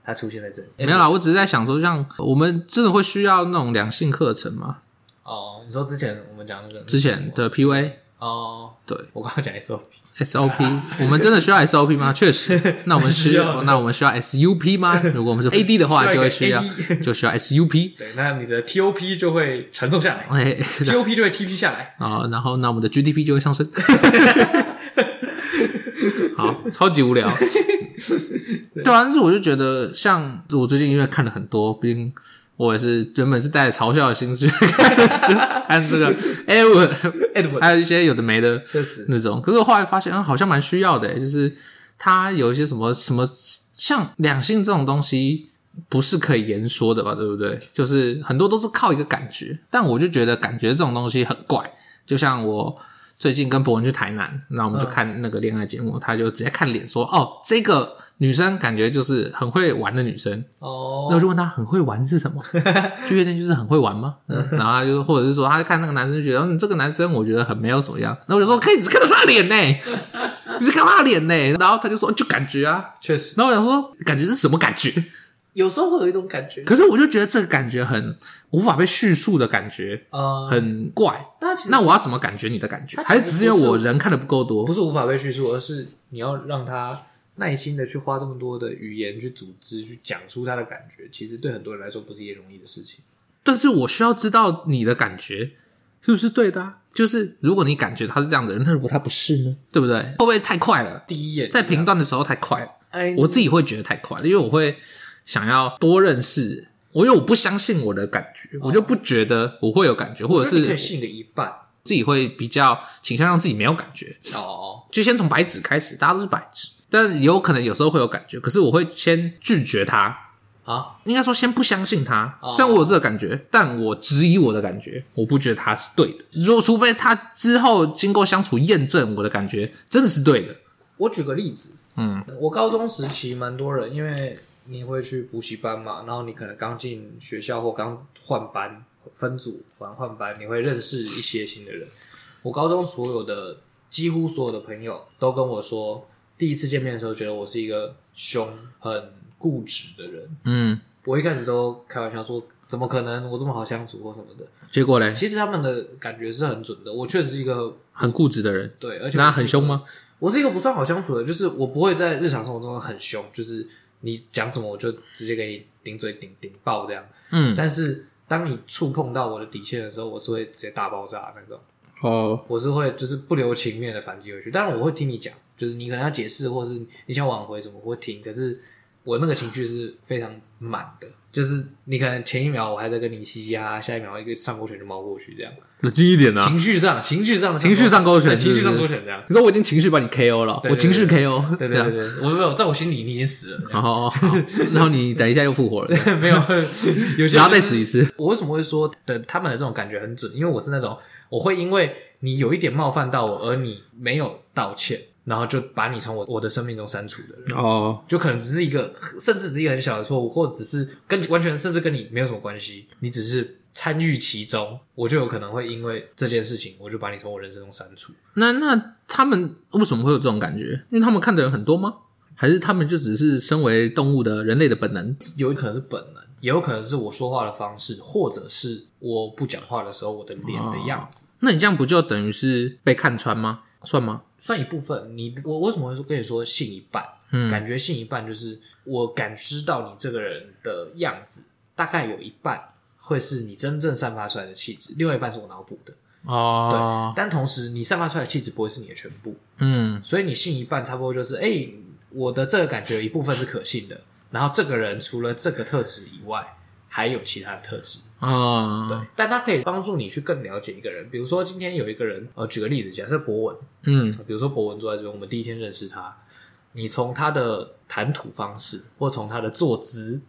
他出现在这里。嗯哦没有啦，我只是在想说，像我们真的会需要那种两性课程吗？哦，你说之前我们讲那个之前的 PUA 哦，对我刚刚讲 SOP， SOP，我们真的需要 SOP 吗？确 实，那我们需需要要，那我们需要 SUP 吗？如果我们是 AD 的话，就会需要需要一个 AD 就需要 SUP。 对，那你的 TOP 就会传送下来哎， ，TOP 就会 TP 下来。啊，然后那我们的 GDP 就会上升。好，超级无聊。对啊，但是我就觉得，像我最近因为看了很多，毕竟我也是原本是带着嘲笑的心去看看这个，哎、我 Edward，还有一些有的没的确实，那种。可是我后来发现，嗯，好像蛮需要的、就是它有一些什么什么，像两性这种东西，不是可以言说的吧，对不对？就是很多都是靠一个感觉，但我就觉得感觉这种东西很怪。就像我最近跟博文去台南，那我们就看那个恋爱节目，他就直接看脸说，哦，这个女生感觉就是很会玩的女生，那我哦，就问她很会玩是什 么？去夜店就是很会玩吗？嗯，然后她就或者是说她看那个男生就觉得嗯这个男生我觉得很没有怎么样，那我就说可以只看到他的脸呢、你只看到他的脸呢、然后她就说就感觉啊，确实，然后我想说感觉是什么感觉？有时候会有一种感觉，可是我就觉得这个感觉很无法被叙述的感觉，呃，很怪。但其实那我要怎么感觉你的感觉？它其还实是只是因为我人看的不够多不？是无法被叙述，而是你要让他耐心的去花这么多的语言去组织，去讲出他的感觉。其实对很多人来说不是一件容易的事情。但是我需要知道你的感觉是不是对的、啊。就是如果你感觉他是这样的人，那如果他不是呢？对不对？会不会太快了？第一眼在评，断的时候太快了，哎，我自己会觉得太快了，因为我会想要多认识。我因为我不相信我的感觉，我就不觉得我会有感觉，或我者觉得你可以是信个一半自己会比较倾向让自己没有感觉。哦，就先从白纸开始，大家都是白纸，但是有可能有时候会有感觉，可是我会先拒绝它，啊，应该说先不相信它。哦虽然我有这个感觉，但我质疑我的感觉，我不觉得它是对的。如果除非它之后经过相处验证，我的感觉真的是对的。我举个例子，嗯，我高中时期蛮多人，因为你会去补习班嘛，然后你可能刚进学校或刚换班分组玩换班，你会认识一些新的人。我高中所有的几乎所有的朋友都跟我说，第一次见面的时候觉得我是一个凶、很固执的人。嗯，我一开始都开玩笑说，怎么可能我这么好相处或什么的。结果嘞，其实他们的感觉是很准的，我确实是一个很固执的人，对，而且那我是一很个凶吗？我是一个不算好相处的，就是我不会在日常生活中很凶，就是你讲什么我就直接给你顶嘴顶顶爆这样。嗯，但是当你触碰到我的底线的时候，我是会直接大爆炸那种，哦，我是会就是不留情面的反击回去。当然我会听你讲，就是你可能要解释，或是你想挽回什么，我会听。可是我那个情绪是非常满的，就是你可能前一秒我还在跟你嘻嘻哈哈，下一秒一个上勾拳就猫过去这样，冷静一点啊！情绪上情绪上的情绪上勾拳对情绪是不上是勾拳这样。你说我已经情绪把你 KO 了，对对我情绪 KO，对这对样对对，我没有，在我心里你已经死了，这样然后， 好 然后你等一下又复活 了， 没有，有些然后再就是死一次。我为什么会说的他们的这种感觉很准？因为我是那种我会因为你有一点冒犯到我，而你没有道歉，然后就把你从我我的生命中删除的 人，哦，就可能只是一个，甚至只是一个很小的错误，或者只是跟完全甚至跟你没有什么关系，你只是参与其中，我就有可能会因为这件事情，我就把你从我人生中删除。那那他们为什么会有这种感觉？因为他们看的人很多吗？还是他们就只是身为动物的人类的本能？有可能是本能，也有可能是我说话的方式，或者是我不讲话的时候我的脸哦的样子，那你这样不就等于是被看穿吗？算吗？算一部分。你我为什么会跟你说信一半？嗯感觉信一半就是我感知到你这个人的样子，大概有一半会是你真正散发出来的气质，另外一半是我脑补的。哦，但同时，你散发出来的气质不会是你的全部，嗯，所以你信一半，差不多就是，哎、我的这个感觉有一部分是可信的，然后这个人除了这个特质以外，还有其他的特质。哦，对，但它可以帮助你去更了解一个人。比如说，今天有一个人，呃，举个例子，假设博文，嗯，比如说博文坐在这边，我们第一天认识他，你从他的谈吐方式，或从他的坐姿，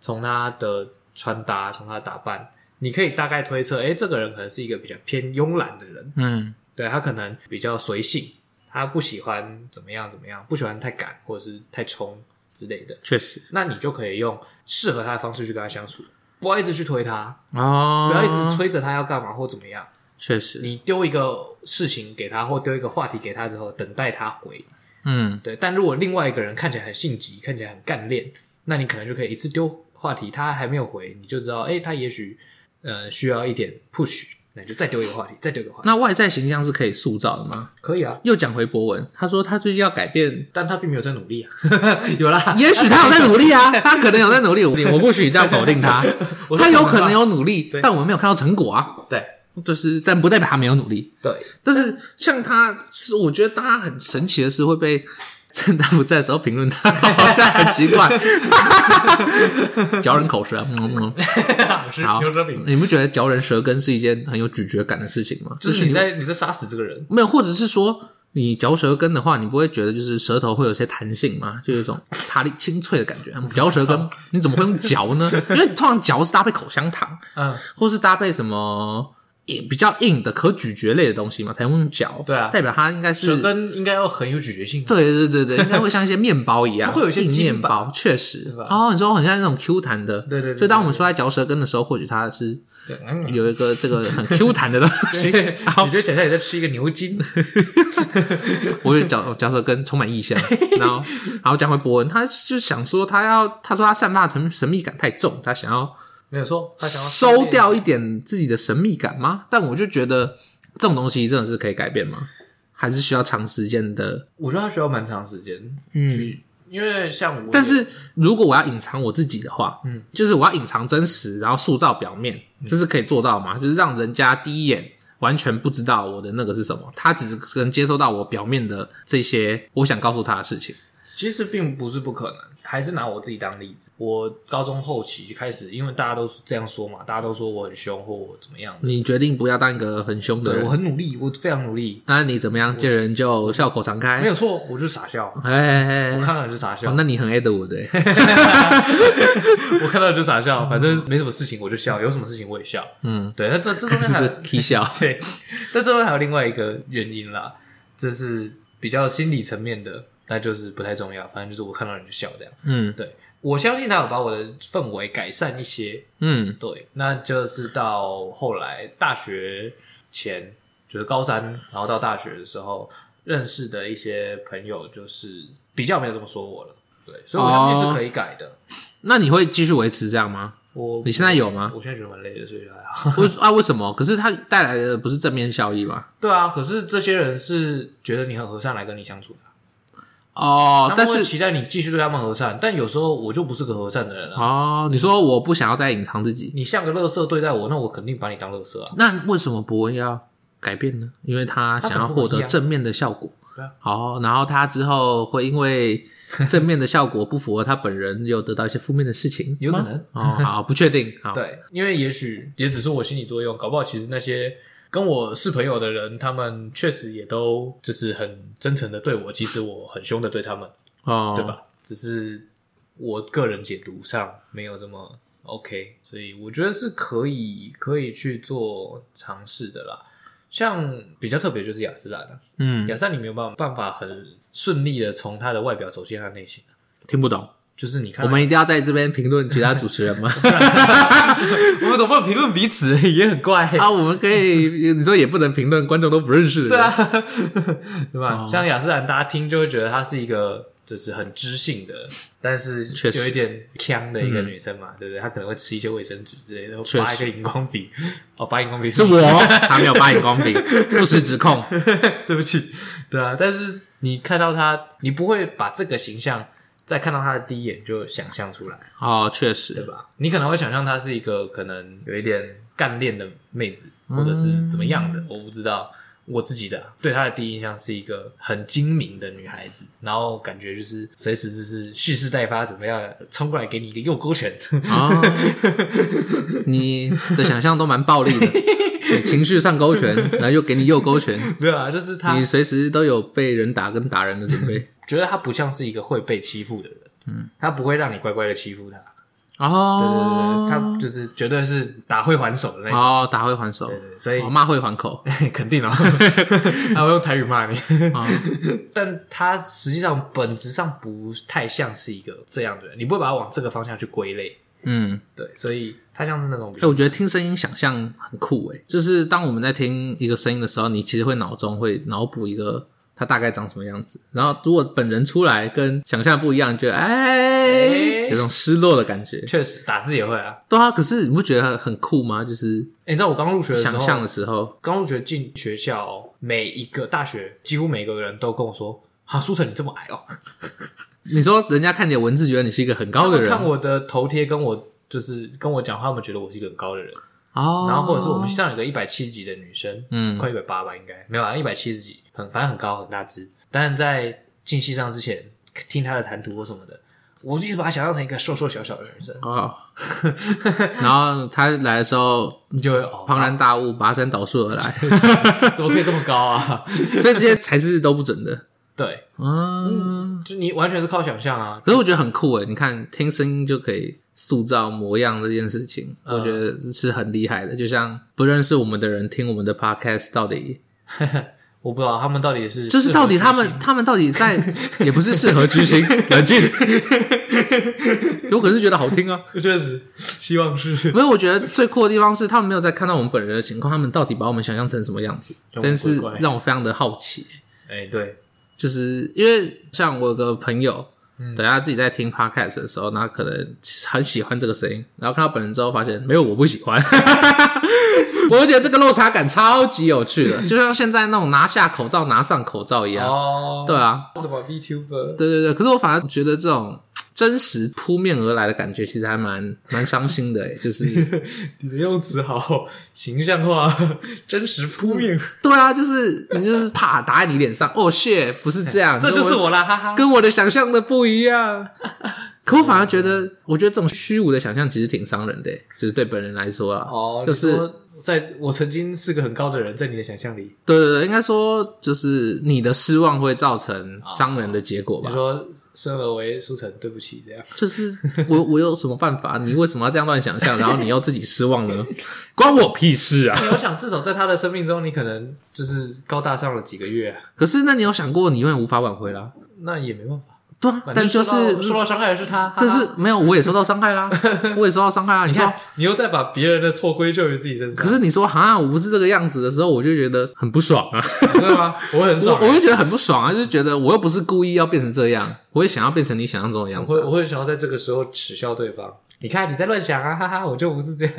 从他的穿搭，从他的打扮，你可以大概推测，诶，这个人可能是一个比较偏慵懒的人，嗯，对他可能比较随性，他不喜欢怎么样怎么样，不喜欢太赶或者是太冲之类的，确实，那你就可以用适合他的方式去跟他相处，不要一直去推他，哦，不要一直，催着他要干嘛或怎么样。确实，你丢一个事情给他，或丢一个话题给他之后，等待他回。嗯，对，但如果另外一个人看起来很性急，看起来很干练，那你可能就可以一次丢话题，他还没有回，你就知道，哎、他也许呃需要一点 push，那你就再丢一个话题，再丢一个话题，那外在形象是可以塑造的吗？可以啊。又讲回博文，他说他最近要改变，但他并没有在努力啊， 有啦，也许他有在努力 啊，他可能有在努力，我我不许这样否定他，我他在有想可能法有努力，但我没有看到成果啊，对就是但不代表他没有努力， 对，但是像他，是我觉得他很神奇的是会被趁他不在的时候评论他，好像很奇 怪，嚼人口舌。嗯嗯，是 好牛舌饼，，你不觉得嚼人舌根是一件很有咀嚼感的事情吗？就是你在你在杀死这个人，没有，或者是说你嚼舌根的话，你不会觉得就是舌头会有些弹性吗？就有一种弹力清脆的感觉。嗯嚼舌 根你怎么会用嚼呢？因为通常嚼是搭配口香糖，嗯，或是搭配什么硬比较硬的可咀嚼类的东西嘛，才用嚼，对啊代表它应该舌是根应该要很有咀嚼性，啊对对 对对，应该会像一些面包一样，它会有一些硬筋面吧包，确实吧。哦，你说很像那种 Q 弹的，对对对所以当我们说在嚼舌根的时候，或许它是对，嗯有一个这个很 Q 弹的东 西。你就想象你在吃一个牛筋， 我就嚼嚼舌根，充满异象。然后，然后讲回伯恩，他就想说他要，他说他散发的神神秘感太重，他想要没有错，他想要收掉一点自己的神秘感吗？但我就觉得这种东西真的是可以改变吗？还是需要长时间的？我觉得他需要蛮长时间，嗯，因为像我也，但是如果我要隐藏我自己的话，嗯，就是我要隐藏真实，然后塑造表面，嗯这是可以做到吗？就是让人家第一眼完全不知道我的那个是什么，他只是能接收到我表面的这些我想告诉他的事情。其实并不是不可能，还是拿我自己当例子。我高中后期就开始，因为大家都是这样说嘛，大家都说我很凶或我怎么样，你决定不要当一个很凶的对我人，很努力，我非常努力，那你怎么样见人就笑口常开？没有错，我就是傻笑， 哎，哎，哎我哎看到你就傻笑哦，那你很 Edward 哎、我看到你就傻 笑，反正没什么事情我就笑，有什么事情我也笑，嗯，对。那这 这中间还这有是 K 笑。对，但这边还有另外一个原因啦，这是比较心理层面的，那就是不太重要，反正就是我看到人就笑这样。嗯对，我相信他有把我的氛围改善一些。嗯，对，那就是到后来大学前，就是高三，然后到大学的时候认识的一些朋友，就是比较没有这么说我了。对，所以我哦相信是可以改的。那你会继续维持这样 吗？我你现在有吗我现在觉得蛮累的，所以就还好。 为啊为什么？可是它带来的不是正面效益吗？对啊，可是这些人是觉得你很和善来跟你相处的啊、哦，他但们会是期待你继续对他们和善，但有时候我就不是个和善的人啊。哦，你说我不想要再隐藏自己，你像个乐色对待我，那我肯定把你当乐色啊。那为什么伯恩要改变呢？因为他想要获他本来不一得样正面的效果对啊。哦，然后他之后会因为正面的效果不符合他本人，又得到一些负面的事情，有可吗能哦， 好，不确定，好，对，因为也许也只是我心理作用，搞不好其实那些跟我是朋友的人，他们确实也都就是很真诚的对我，其实我很凶的对他们，哦，对？吧？只是我个人解读上没有这么 OK，所以我觉得是可以可以去做尝试的啦。像比较特别就是雅诗兰啊，嗯，雅诗兰你没有办法办法很顺利的从他的外表走进他内心啊，听不懂。就是你看我到们一定要在这边评论其他主持人 吗？我们总不能评论彼此， 也很怪、啊，我们可以，你说也不能评论观众都不认识的人。对啊，对吧？哦像雅诗兰，大家听就会觉得她是一个就是很知性的，但是确实嗯有一点腔的一个女生嘛，对不对？她可能会吃一些卫生纸之类的，确实拔一个荧光笔，哦，拔荧光笔是我，他没有八眼公平，不实指控。 对不起，对啊。但是你看到她，你不会把这个形象在看到她的第一眼就想象出来，哦，确对实，吧？你可能会想象她是一个可能有一点干练的妹子，嗯或者是怎么样的，我不知道。我自己的啊对她的第一印象是一个很精明的女孩子，然后感觉就是随时就是蓄势待发，怎么样冲过来给你一个右勾拳， 哦，你的想象都蛮暴 力的，你情绪上勾拳，然后又给你右勾拳，对啊，就是她你随时都有被人打跟打人的 准备。觉得她不像是一个会被欺负的人，嗯，她不会让你乖乖的欺负她，对对哦，对，她就是绝对是打会还手的那种，哦，打会还手，对对所以哦骂会还口。 肯定哦，她会用台语骂你，哦 但他实际上本质上不太像是一个这样的人，你不会把他往这个方向去归类。嗯，对，所以他像是那种比哎，我觉得听声音想象很酷诶，就是当我们在听一个声音的时候，你其实会脑中会脑补一个它大概长什么样子，然后如果本人出来跟想象不一样，你觉得哎，哎有种失落的感觉。确实打字也会啊。对啊，可是你不觉得很酷吗？就是哎、你知道我刚入学的时想象候的，时候，刚入学进学校哦、每一个大学几乎每个人都跟我说：“哈，苏晨你这么矮哦、你说人家看你的文字，觉得你是一个很他高的们人看我的头贴，跟我就是跟我讲话，他们觉得我是一个很高的人。哦，然后或者是我们上有个一百七几的女生，嗯快一百八吧，应该没有啊，一百七十几，很反正很高很大只。但是在进戏上之前，听她的谈吐或什么的，我就一直把她想象成一个瘦瘦小小的女生，哦，然后他来的时候你就会哦，庞然大物，拔山倒树而来， 怎么可以这么高啊？ 所以这些才是都不准的。对，嗯，就你完全是靠想象啊。欸可是我觉得很酷诶，你看听声音就可以塑造模样这件事情，嗯我觉得是很厉害的。就像不认识我们的人听我们的 podcast，到底我不知道他们到底是就是到底他们他们到底 在也不是适合居心，冷 静。有可能是觉得好听啊，确实希望是没有。我觉得最酷的地方是他们没有在看到我们本人的情况，他们到底把我们想象成什么样子，妖魔真是鬼怪让我非常的好奇。哎对，就是因为像我有个朋友，嗯等下自己在听 podcast 的时候，然后可能很喜欢这个声音，然后看到本人之后发现没有，我不喜欢。 我觉得这个落差感超级有趣的，就像现在那种拿下口罩拿上口罩一样。哦对啊，什么对 VTuber 对对。可是我反而觉得这种真实扑面而来的感觉，其实还蛮蛮伤心的诶。欸就是 你的用词好形象化， 真实扑面，对啊，就是你就是啪打在你脸上，哦 shit，不是这样， 这就是我啦，哈哈。跟我的想象的不一 样。可我反而觉得，我觉得这种虚无的想象其实挺伤人的，欸就是对本人来说啊，哦，就就是是在我曾经是个很高的人，在你的想象里，对对对，应该说就是你的失望会造成伤人的结果你吧。说生而为书城，对不起，这样就是我我有什么办法？你为什么要这样乱想象？然后你又自己失望 呢？关我屁事啊！ 我想，至少在他的生命中，你可能就是高大上了几个月、啊，可是那你有想过，你永远无法挽回啦。那也没办法。对啊，反但就正是嗯受到受到伤害的啊是他，但哈是哈没有，我也受到伤害 啦，我也受到伤害啦。啊你你说看，你又在把别人的错归咎于自己身上，可是你说哈，我不是这个样子的时候，我就觉得很不爽啊。对吗？我 很我爽、我就觉得很不爽啊，就是觉得我又不是故意要变成这样，我也想要变成你想象中的样我子会啊、我会想要在这个时候耻笑对方。你看你在乱想啊，哈哈！我就不是这样，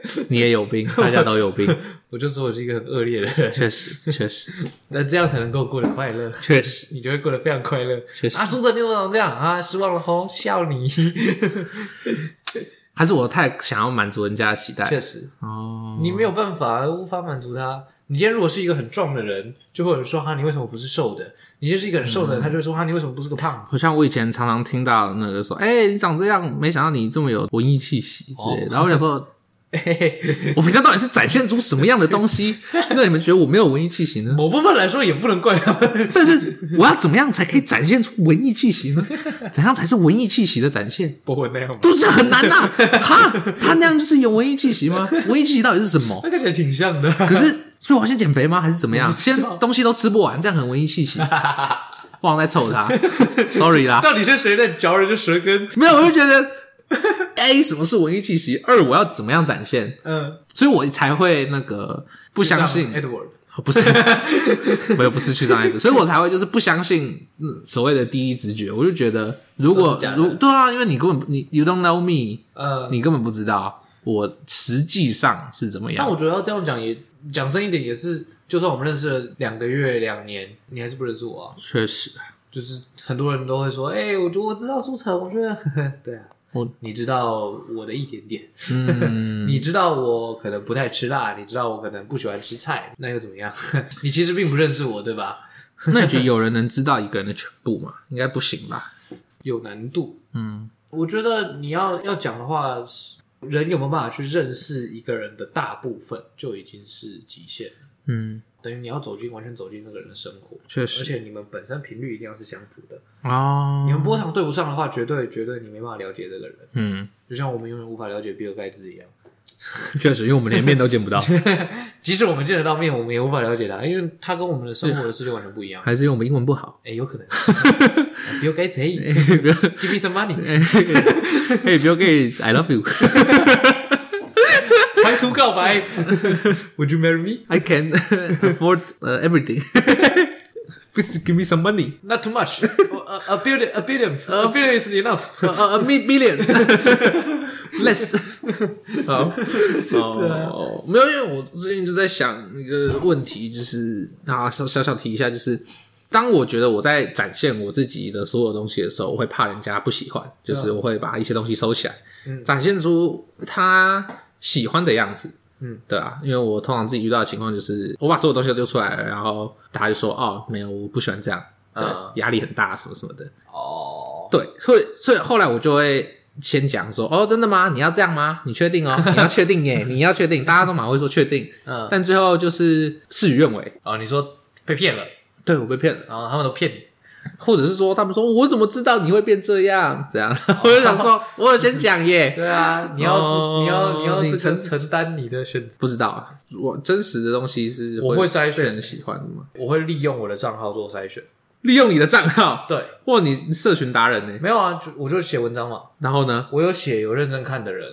你也有病，大家都有病，我就说我是一个很恶劣的人， 确实，确实，那这样才能够过得快乐。确实，你就会过得非常快乐确实啊！书生，你怎么长这样啊？失望了吼，笑你。还是我太想要满足人家的期待确 实，哦。你没有办法，无法满足他。你今天如果是一个很壮的人，就会有人说哈，你为什么不是瘦的？你今天是一个很瘦的人，他就会说哈，你为什么不是个胖子？好像我以前常常听到那个说，哎、你长这样，没想到你这么有文艺气息之类的。哦然后我想 说，嘿嘿嘿我平常到底是展现出什么样的东西，让你们觉得我没有文艺气息呢？某部分来说也不能怪他们。 但是我要怎么样才可以展现出文艺气息呢？怎样才是文艺气息的展现？不会那样吧？都是很难呐、 哈，他那样就是有文艺气息吗？文艺气息到底是什么？那看起来挺像的。可是，所以我要先减肥吗？还是怎么样？先东西都吃不完，这样很文艺气 息。不好再臭 他，sorry 啦。 到底是谁在嚼人家舌根？没有，我就觉 得 A 哎什么是文艺气息，二我要怎么样展现，嗯，所以我才会那个不相信像，Edward。哦不是， 没有不是去障碍者，所以我才会就是不相信嗯所谓的第一直觉。我就觉得，如果都是假的如对啊，因为你根本不你 you don't know me，呃，你根本不知道我实际上是怎么但样。我觉得要这样讲也讲深一点，也是，就算我们认识了两个月、两年，你还是不认识我啊。确实，就是很多人都会说，哎、我觉得我知道苏晨，我觉得 对啊，我你知道我的一点点，嗯， 你知道我可能不太吃辣，你知道我可能不喜欢吃菜，那又怎么样？ 你其实并不认识我，对吧？ 那你觉得有人能知道一个人的全部吗？应该不行吧？有难度，嗯，我觉得你要要讲的话，人有没有办法去认识一个人的大部分，就已经是极限了。嗯，等于你要走进完全走进那个人的生活，确而实且你们本身频率一定要是相符的。哦你，们波长对不上的话，绝对绝对你没办法了解这个人，嗯，就像我们永远无法了解比尔盖茨一样。确实，因为我们连面都见不到，即使我们见得到面，我们也无法了解他，因为他跟我们的生活的世界完全不一 样。还是因为我们英文不好。哎，有可能。Bill Gates，哎 give me some money， Hey Bill Gates，I love you，I 排除告白，Would you marry me？ can afford、everything uh, 不是，give me some money，not too much，a a billion a billion，a billion is enough。呃、uh, million less 好。哦，没有，因为我最近就在想一个问题，就是啊，小小小提一下，就是当我觉得我在展现我自己的所有东西的时候，我会怕人家不喜欢，就是我会把一些东西收起来，展现出他喜欢的样子。嗯，对啊，因为我通常自己遇到的情况就是，我把所有东西都丢出来了，然后大家就说：“哦，没有，我不喜欢这样，对嗯，压力很大，什么什么的。”哦，对，所以所以后来我就会先讲说，哦，真的吗？你要这样吗？你确 定哦？你要确定耶？你要确定？大家都蛮会说确定，呃嗯，但最后就是事与愿违。哦，你说被骗了，对我被骗了，然后他们都骗你，或者是说他们说我怎么知道你会变这样？这样，哦我就想说，我有先讲耶，对啊，你要、哦你要你要你这个承承担你的选择。不知道啊，我真实的东西是我会筛被选人，喜欢的嘛？我会利用我的账号做筛选。利用你的账号对，或你社群达人呢？没有啊，就我就写文章嘛，然后呢？我有写有认真看的人，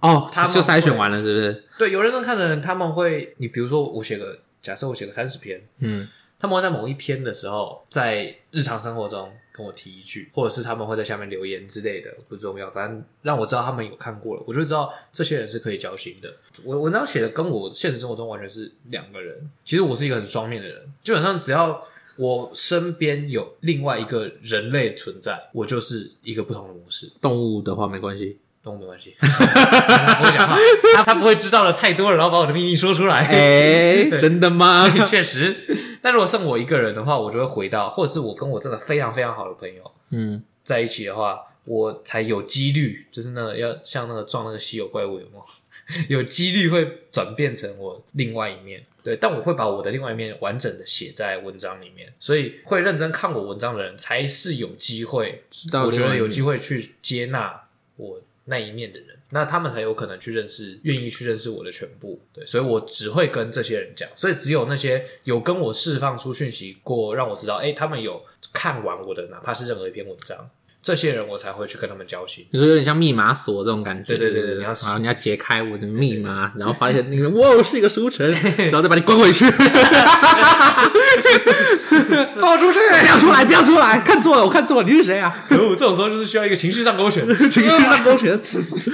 哦，他们就筛选完了，是不是？对，有认真看的人，他们会，你比如说我写个，假设我写个三十篇，嗯，他们会在某一篇的时候，在日常生活中跟我提一句，或者是他们会在下面留言之类的，不重要，反正让我知道他们有看过了，我就知道这些人是可以交心的。我文章写的跟我现实生活中完全是两个人。其实我是一个很双面的人，基本上只要我身边有另外一个人类存在，我就是一个不同的模式。动物的话没关 系。跟我没关系，他不会讲话，他他不会知道的太多了，然后把我的秘密说出来。哎，真的吗？ 确实，但如果剩我一个人的话，我就会回到，或者是我跟我真的非常非常好的朋友嗯，在一起的话，我才有几率，就是那个要像那个撞那个稀有怪物有没有？ 有几率会转变成我另外一面。对，但我会把我的另外一面完整的写在文章里面，所以会认真看我文章的人才是有机会，知道。我觉得有机会去接纳我那一面的人，那他们才有可能去认识，愿意去认识我的全部。对，所以我只会跟这些人讲，所以只有那些有跟我释放出讯息过，让我知道，哎、他们有看完我的，哪怕是任何一篇文章，这些人我才会去跟他们交 心。你说有点像密码锁这种感觉，对对对不啊对你要然后你要解开我的密码，然后发现那个哇是一个书 城，然后再把你关回去，放出去， 不要出来，不要出来，看错了，我看错了，你是谁啊？可恶，这种时候就是需要一个 情绪上勾拳， 情绪 乱勾拳，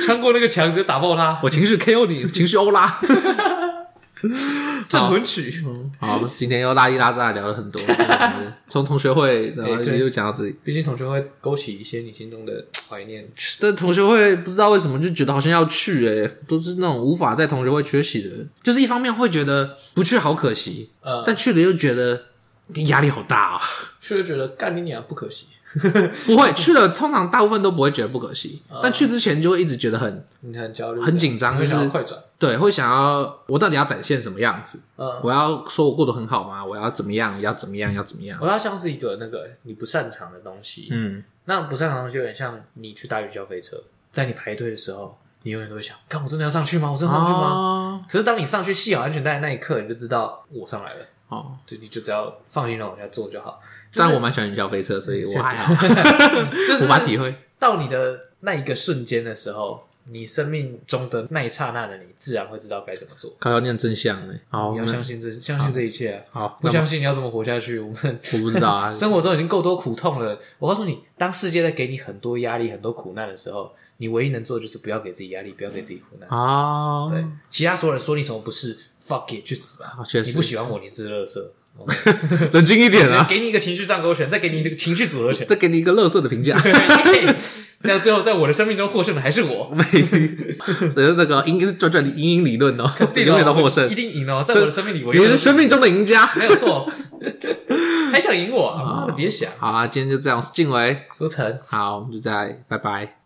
穿过那个墙直接打爆他，我情绪 KO 你， 情绪欧拉。镇魂曲。好，今天又拉里拉扎聊了很 多，从同学会然后哎对就讲到这里。毕竟同学会勾起一些你心中的怀念。但同学会不知道为什么就觉得好像要去、欸，都是那种无法在同学会缺席的人。就是一方面会觉得不去好可惜，呃，但去了又觉得压力好大啊、 却觉得干你娘不可惜，不会去了，通常大部分都不会觉得不可惜，呃但去之前就会一直觉得很你很焦虑，很紧张你会想就要是快转。对，会想要我到底要展现什么样子？嗯，我要说我过得很好吗？我要怎么样？要怎么样？要怎么样？我它像是一个那个你不擅长的东西，嗯，那不擅长的东西有点像你去搭云霄飞车，在你排队的时候，你永远都会想，看我真的要上去吗？我真的上去吗？哦，可是当你上去系好安全带的那一刻，你就知道我上来了，哦，就你就只要放心让我下做就好。但我蛮喜欢云霄飞车，所以我确实还好， 就是无法体会。到你的那一个瞬间的时候，你生命中的那一刹那的你，自然会知道该怎么做。高要念真相呢？哦好，你我要们相信这，相信这一切啊！好，那不么相信你要怎么活下去？我们，我不知道 啊生活中已经够多苦痛了。我告诉你，当世界在给你很多压力、很多苦难的时候，你唯一能做的就是不要给自己压力，不要给自己苦难。啊，对，其他所有人说你什么不是，fuck it，去死吧啊！确实你不喜欢我，你是垃圾。 我们冷静一点再 啊，给你一个情绪上勾拳，再给你一个情绪组 合拳，再给你一个乐色的评价。这样最后在我的生命中获胜的还是我，只是那个英转转英英理论哦，永远都获胜一，定赢哦！在我的生命里，我你永是远都生命中的赢家。没有错。还想赢我啊？妈的，别想！好啊，今天就这样，静伟，苏晨。好，我们就再拜拜。